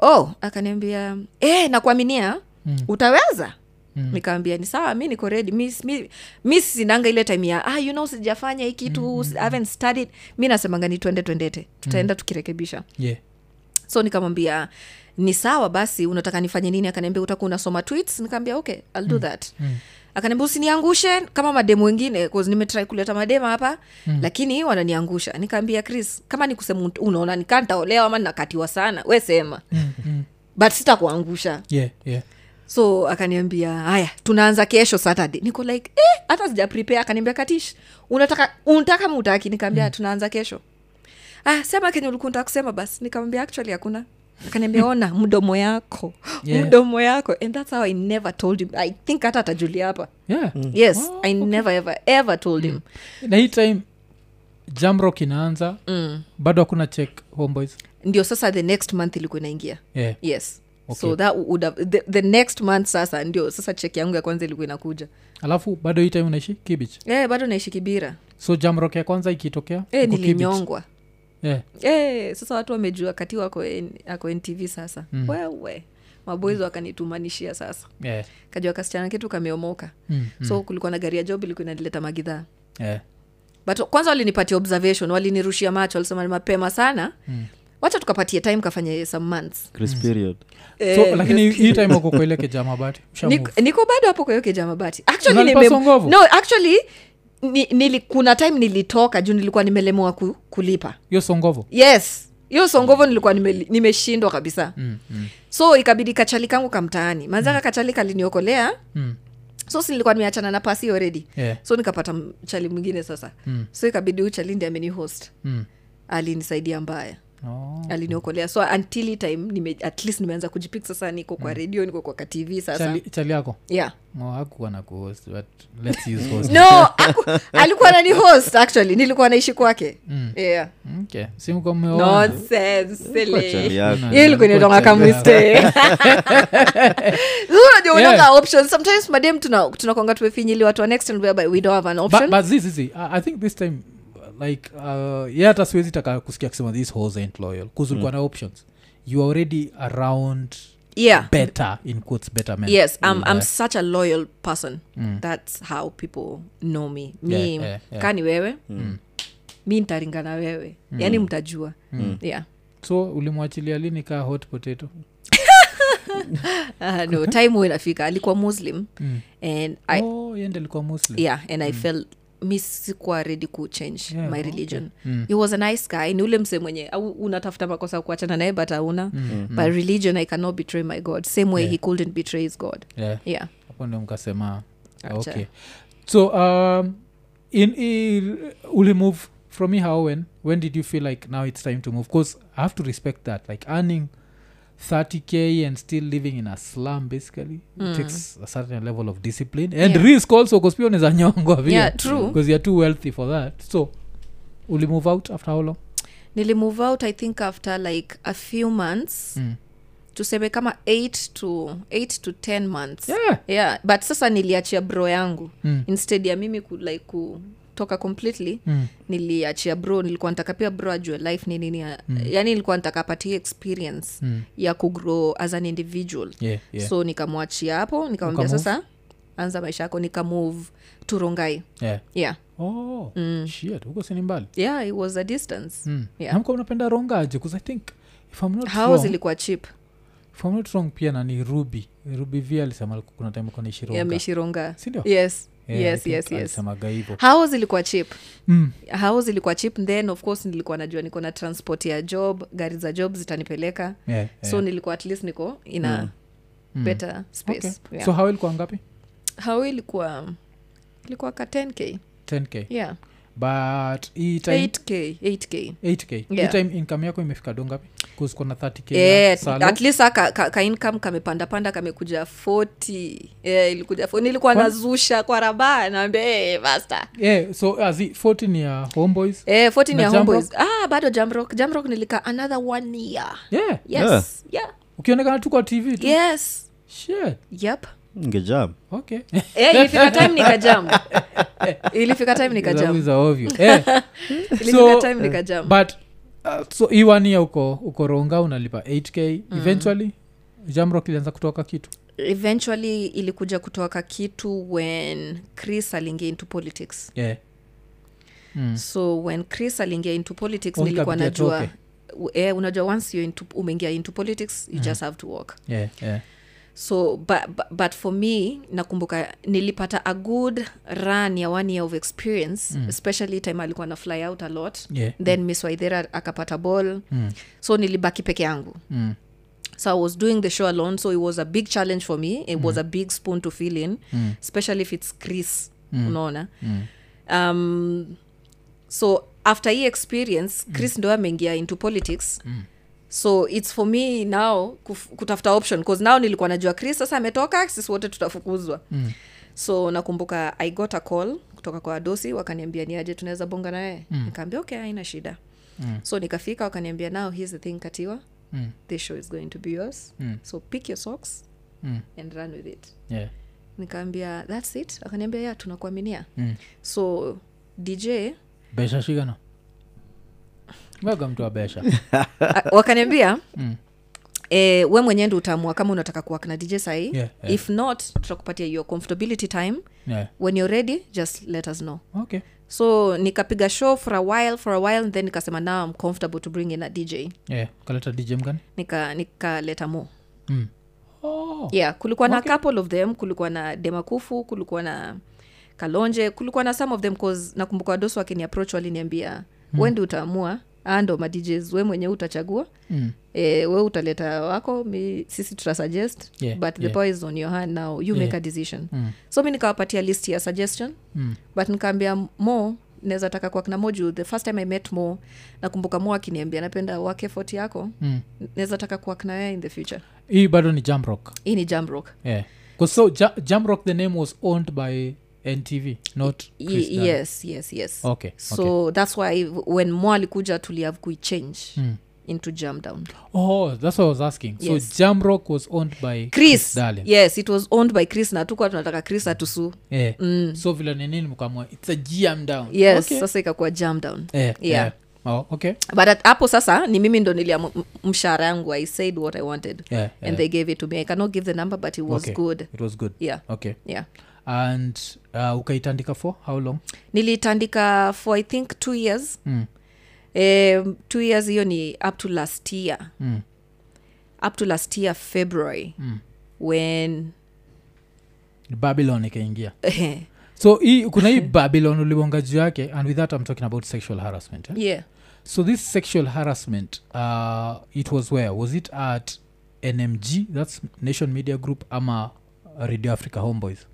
Speaker 2: oh akaniambia eh, nakuaminia
Speaker 1: Mm.
Speaker 2: utaweza mm. nikaambia ni sawa mi niko redi mi, mi, mi sinanga ile time ya ah, you know sijafanya hii kitu mm. haven't studied mi nasemanga ni twende twendete tutaenda mm. tukirekebisha
Speaker 1: yeah.
Speaker 2: so nikamwambia ni sawa basi unataka nifanye nini akaniambia utaka unasoma tweets nikaambia okay ill do that mm. akaniambia usiniangushe kama mademu wengine 'cause nimetry kuleta madema hapa mm. lakini wananiangusha nikaambia chris kama nikusema unaona nikantaolewa ama nakatiwa sana we sema
Speaker 1: Mm, mm.
Speaker 2: but sitakuangusha
Speaker 1: yeah yeah
Speaker 2: so akaniambia haya tunaanza kesho saturday niko like eh, hata sija prepare akaniambia katish unataka unataka mutaki nikaambia
Speaker 1: Mm.
Speaker 2: tunaanza kesho ah, sema kenye ulikuwa unataka kusema basi nikamwambia actually hakuna akaniambia ona mdomo yako
Speaker 1: Yeah.
Speaker 2: mdomo yako and that's how i never told him i think hata atajulia hapa
Speaker 1: yeah
Speaker 2: yes i never ever ever told him
Speaker 1: na hii time jamrock inaanza mm. bado hakuna check homeboys
Speaker 2: ndio sasa the next month ilikuwa inaingia
Speaker 1: yeah.
Speaker 2: yes
Speaker 1: Okay.
Speaker 2: okay. so that would have, the, the next month sasa ndio sasa cheki yangu ya kwanza ilikuwa inakuja
Speaker 1: alafu bado hii time unaishi kibich
Speaker 2: eh, bado naishi kibira
Speaker 1: so jamrock ya kwanza ikitokea
Speaker 2: eh,
Speaker 1: uko Kibich.
Speaker 2: nilinyongwa
Speaker 1: yeah.
Speaker 2: Eh, sasa watu wamejua kati wako N- ako ntv sasa mm. wewe maboezi wakanitumanishia sasa
Speaker 1: Yeah.
Speaker 2: kajua kasichana kitu kameomoka
Speaker 1: Mm.
Speaker 2: mm. so kulikuwa na gari ya job ilikuwa inanileta magidhaa
Speaker 1: Yeah.
Speaker 2: but kwanza walinipatia observation walinirushia macho walisema ni mapema sana mm. wacha tukapatie time kafanya some months
Speaker 3: Chris period.
Speaker 1: so lakini hii time uko kwa ile kejamabati
Speaker 2: Eh, Niko- niko bado hapo kwa hiyo kijamabati actually
Speaker 1: Unalipaswa
Speaker 2: nime-
Speaker 1: nguvu?
Speaker 2: no actually ni, nili, kuna time nilitoka juu nilikuwa nimelemwa ku, kulipa
Speaker 1: hiyo songovo
Speaker 2: yes hiyo songovo nilikuwa nimeli- nimeshindwa kabisa mm, mm. so ikabidi kachali kangu kamtaani manzaka mm. kachali kaliniokolea
Speaker 1: mm.
Speaker 2: so si nilikuwa nimeachana na pasi already
Speaker 1: yeah.
Speaker 2: so nikapata mchali mwingine sasa mm. so ikabidi huyu chali ndi amenihost
Speaker 1: mm.
Speaker 2: alinisaidia mbaya
Speaker 1: oh.
Speaker 2: aliniokolea so until hii time nime, at least nimeanza kujipik sasa niko kwa redio niko kwa katv sasa
Speaker 1: chali, chali yako
Speaker 2: yeah
Speaker 1: no, hakuwa na kuhost but let's use host
Speaker 2: no aku, alikuwa nani host actually nilikuwa naishi kwake mm. yeah.
Speaker 1: okay. simko mmeoa
Speaker 2: nonsense
Speaker 1: Eh.
Speaker 3: Kwa
Speaker 2: silly.
Speaker 3: chali yako.
Speaker 1: Yeah.
Speaker 2: Hiyo ilikuwa inaitwanga kama mistake. Sasa unajua
Speaker 1: Yeah.
Speaker 2: unanga options. sometimes madem tuna- tunakwanga tumefinyili watu wa next and whereby we don't have an
Speaker 1: but,
Speaker 2: option
Speaker 1: but this is it. I, i think this time like uh, ye hata siwezi taka kusikia kusema this horse ain't loyal kuzulikuwa mm. na options you are already around
Speaker 2: yeah
Speaker 1: better in quotes better men
Speaker 2: yes I'm, i'm
Speaker 1: Yeah. Mm.
Speaker 2: such a loyal person that's how people know me mi
Speaker 1: Yeah, yeah, yeah. Mm.
Speaker 2: kani wewe mi ntaringana wewe yaani mtajua
Speaker 1: Mm.
Speaker 2: yeah
Speaker 1: so ulimwachilia lini kaa hot potato
Speaker 2: Ah, no time huwa inafika alikuwa muslim and i
Speaker 1: oh, yende likuwa Mm. muslim Mm.
Speaker 2: yeah and i felt mi sikuwa ready kuchange
Speaker 1: Yeah,
Speaker 2: yeah, my
Speaker 1: okay.
Speaker 2: religion mm. he was a nice guy ni ule mse mwenye au unatafuta makosa ya kuachana naye but auna mm. but religion i cannot betray my god same way
Speaker 1: Yeah.
Speaker 2: yeah. he couldn't betray his god
Speaker 1: Yeah.
Speaker 2: yeah
Speaker 1: hapo ndio mkasema
Speaker 2: Acha.
Speaker 1: okay so um, in, in ulimove from me how when when did you feel like now it's time to move bcause i have to respect that like earning 30k and still living in a slum basically mm. takes a certain level of discipline and
Speaker 2: Hmm. Yeah.
Speaker 1: risk also bcause pia unaweza nyongwa
Speaker 2: Yeah, true.
Speaker 1: because you're too wealthy for that so ulimove out after how long
Speaker 2: nilimove out i think after like a few months
Speaker 1: Mm.
Speaker 2: tuseme kama 8 to 8 to 10 months
Speaker 1: yeah
Speaker 2: yeah but sasa niliachia bro yangu
Speaker 1: Mm.
Speaker 2: instead ya mimi ku, like kutoka completely
Speaker 1: Mm.
Speaker 2: niliachia bro nilikuwa nataka pia bro ajue life ni nini mm. yani nilikuwa nataka apatie experience
Speaker 1: Mm.
Speaker 2: ya kugrow as an individual
Speaker 1: yeah, yeah.
Speaker 2: so nikamwachia hapo nikamwambia
Speaker 1: Ukamove?
Speaker 2: sasa anza maisha yako nikamove turongai
Speaker 1: yeah.
Speaker 2: yeah
Speaker 1: oh
Speaker 2: Hmm.
Speaker 1: mm. shit huko sini mbali
Speaker 2: yeah it was a distance
Speaker 1: mm.
Speaker 2: Yeah.
Speaker 1: namka mnapenda rongaje bcause i think if I'm not
Speaker 2: house
Speaker 1: wrong,
Speaker 2: ilikuwa chip
Speaker 1: If I'm not wrong pia nani ruby ruby v alisema alikuwa kuna time konishirongasi
Speaker 2: yameshironga
Speaker 1: ndio
Speaker 2: yes yes yes yes
Speaker 1: alisemaga hivo
Speaker 2: house ilikuwa chip
Speaker 1: Mm.
Speaker 2: house ilikuwa chip then of course nilikuwa najua niko na transport ya job gari za job zitanipeleka
Speaker 1: Yeah, yeah.
Speaker 2: so nilikuwa at least niko ina
Speaker 1: Mm.
Speaker 2: better
Speaker 1: Okay.
Speaker 2: space yeah.
Speaker 1: so how ilikuwa ngapi
Speaker 2: hao ilikuwa ilikuwa ka 10k
Speaker 1: 10k
Speaker 2: yeah
Speaker 1: but hii time
Speaker 2: 8k 8k
Speaker 1: 8k hii
Speaker 2: Yeah.
Speaker 1: time income yako imefika do ngapi bcause kuna 30k ya
Speaker 2: Yeah,
Speaker 1: salo.
Speaker 2: Eh, at least ka, ka, ka income kamepanda panda kamekuja 40 yeah, ilikuja 40. nilikuwa
Speaker 1: Kwa-
Speaker 2: nazusha kwa eh, rabaa naambia hey, master
Speaker 1: yeah, so azi 40 ni ya homeboys
Speaker 2: Eh, 14
Speaker 1: Na
Speaker 2: ya
Speaker 1: Jamrock?
Speaker 2: homeboys ah bado jamrock jamrock nilika another one year
Speaker 1: yeah
Speaker 2: yes yeah.
Speaker 1: ukionekana tu kwa tv tu
Speaker 2: yes
Speaker 1: shit
Speaker 2: yep
Speaker 1: Mm.
Speaker 3: Good job.
Speaker 1: okay
Speaker 2: eh, ilifika time nikajam ilifika time nikajam
Speaker 1: Those are obvious. Eh,
Speaker 2: ilifika time nikajam
Speaker 1: but uh, so
Speaker 2: Mm.
Speaker 1: hii one year uko uko ronga unalipa 8k eventually jamrock ilianza kutoka kitu
Speaker 2: eventually ilikuja kutoka kitu when chris aliingia into politics
Speaker 1: yeah. mm.
Speaker 2: so when chris aliingia into politics
Speaker 1: Oh,
Speaker 2: nilikuwa
Speaker 1: ikabidi
Speaker 2: najua
Speaker 1: atoke.
Speaker 2: eh, unajua once you into, umeingia into politics you mm. just have to walk
Speaker 1: yeah, yeah.
Speaker 2: so but, but, but for me nakumbuka nilipata a good run ya one year of experience mm. especially time alikuwa na fly out a lot
Speaker 1: Yeah.
Speaker 2: then miss waithera akapata ball mm. so nilibaki peke yangu
Speaker 1: Mm.
Speaker 2: so i was doing the show alone so it was a big challenge for me it mm. was a big spoon to fill in mm. especially if it's chris mm. unaona mm. um, so after hii experience chris mm. ndo ameingia into politics mm so its for me now kuf- kutafuta option bcause now nilikuwa najua chris sasa ametoka sisi wote tutafukuzwa mm. so nakumbuka i got a call kutoka kwa dosi wakaniambia ni aje tunaweza bonga naye mm. nikaambia okay haina shida mm. so nikafika wakaniambia now here's the thing katiwa
Speaker 1: Mm.
Speaker 2: this show is going to be yours
Speaker 1: Mm.
Speaker 2: so pick your socks
Speaker 1: Mm.
Speaker 2: and run with it
Speaker 1: Yeah.
Speaker 2: nikaambia thats it akaniambia ya tunakuaminia
Speaker 1: Mm.
Speaker 2: so dj
Speaker 1: besha shikana mega mtu wa besha
Speaker 2: a- wakaniambia
Speaker 1: Mm.
Speaker 2: eh, we mwenyewe ndi utaamua kama unataka kuwak na dj sahii
Speaker 1: Yeah, yeah.
Speaker 2: if not tutakupatia your comfortability time
Speaker 1: yeah.
Speaker 2: when you're ready just let us know
Speaker 1: okay
Speaker 2: so nikapiga show for a while for a while then nikasema now i'm comfortable to bring in a dj
Speaker 1: yeah. kaleta dj mgani
Speaker 2: nikaleta nika nikaleta mo
Speaker 1: mm. oh.
Speaker 2: yeah kulikuwa na couple of them kulikuwa na demakufu kulikuwa na kalonje kulikuwa na some of them cause nakumbuka wadosi wakiniapproach waliniambia
Speaker 1: Hmm.
Speaker 2: mm. wendi utaamua "Ah, ndo madjs we mwenyewe utachagua
Speaker 1: Mm.
Speaker 2: e, we utaleta wako mi, sisi tutasuggest
Speaker 1: Yeah,
Speaker 2: but the
Speaker 1: yeah. Hmm.
Speaker 2: power is on your hand now you yeah. make a decision mm. so mi nikawapatia list ya suggestion
Speaker 1: Mm.
Speaker 2: but nikaambia mo naweza taka kwa kina moju the first time i met mo nakumbuka mo akiniambia napenda work effort yako
Speaker 1: Mm.
Speaker 2: naweza taka kuwa kina wewe in the future
Speaker 1: hii bado ni jamrock
Speaker 2: hii ni jamrock
Speaker 1: yeah. 'Cause so ja- jamrock the name was owned by ntv not Chris
Speaker 2: Ye-
Speaker 1: Dunn.
Speaker 2: yes yes yes
Speaker 1: okay okay.
Speaker 2: so that's why when mo alikuja tulihave kuichange
Speaker 1: Mm.
Speaker 2: into jam down
Speaker 1: oh that's what i was asking
Speaker 2: Yes.
Speaker 1: so jamrock was owned by
Speaker 2: chris
Speaker 1: darling
Speaker 2: yes it was owned by chris na tukwa tunataka chris atusuu
Speaker 1: yeah. Eh, so vila ninini mkamwa its a gm down
Speaker 2: Mm. yes
Speaker 1: okay. Eh.
Speaker 2: sasa ikakuwa jam down
Speaker 1: yeah,
Speaker 2: Yeah.
Speaker 1: yeah. Oh, okay
Speaker 2: but at, hapo sasa ni mimi ndo niliam mshahara yangu i said what i wanted
Speaker 1: yeah, yeah.
Speaker 2: and they gave it to me i cannot give the number but it was
Speaker 1: Eh, Okay.
Speaker 2: good
Speaker 1: it was good
Speaker 2: yeah
Speaker 1: okay
Speaker 2: yeah
Speaker 1: and uh, ukaitandika for how long
Speaker 2: nilitandika for i think two years
Speaker 1: Mm.
Speaker 2: um, two years hiyo ni up to last year
Speaker 1: Mm.
Speaker 2: up to last year february mm. when
Speaker 1: babylon ikaingia so hii kuna hii babylon ulibonga juu yake and with that i'm talking about sexual harassment eh?
Speaker 2: yeah
Speaker 1: so this sexual harassment uh, it was where was it at nmg that's nation media group ama radio africa homeboys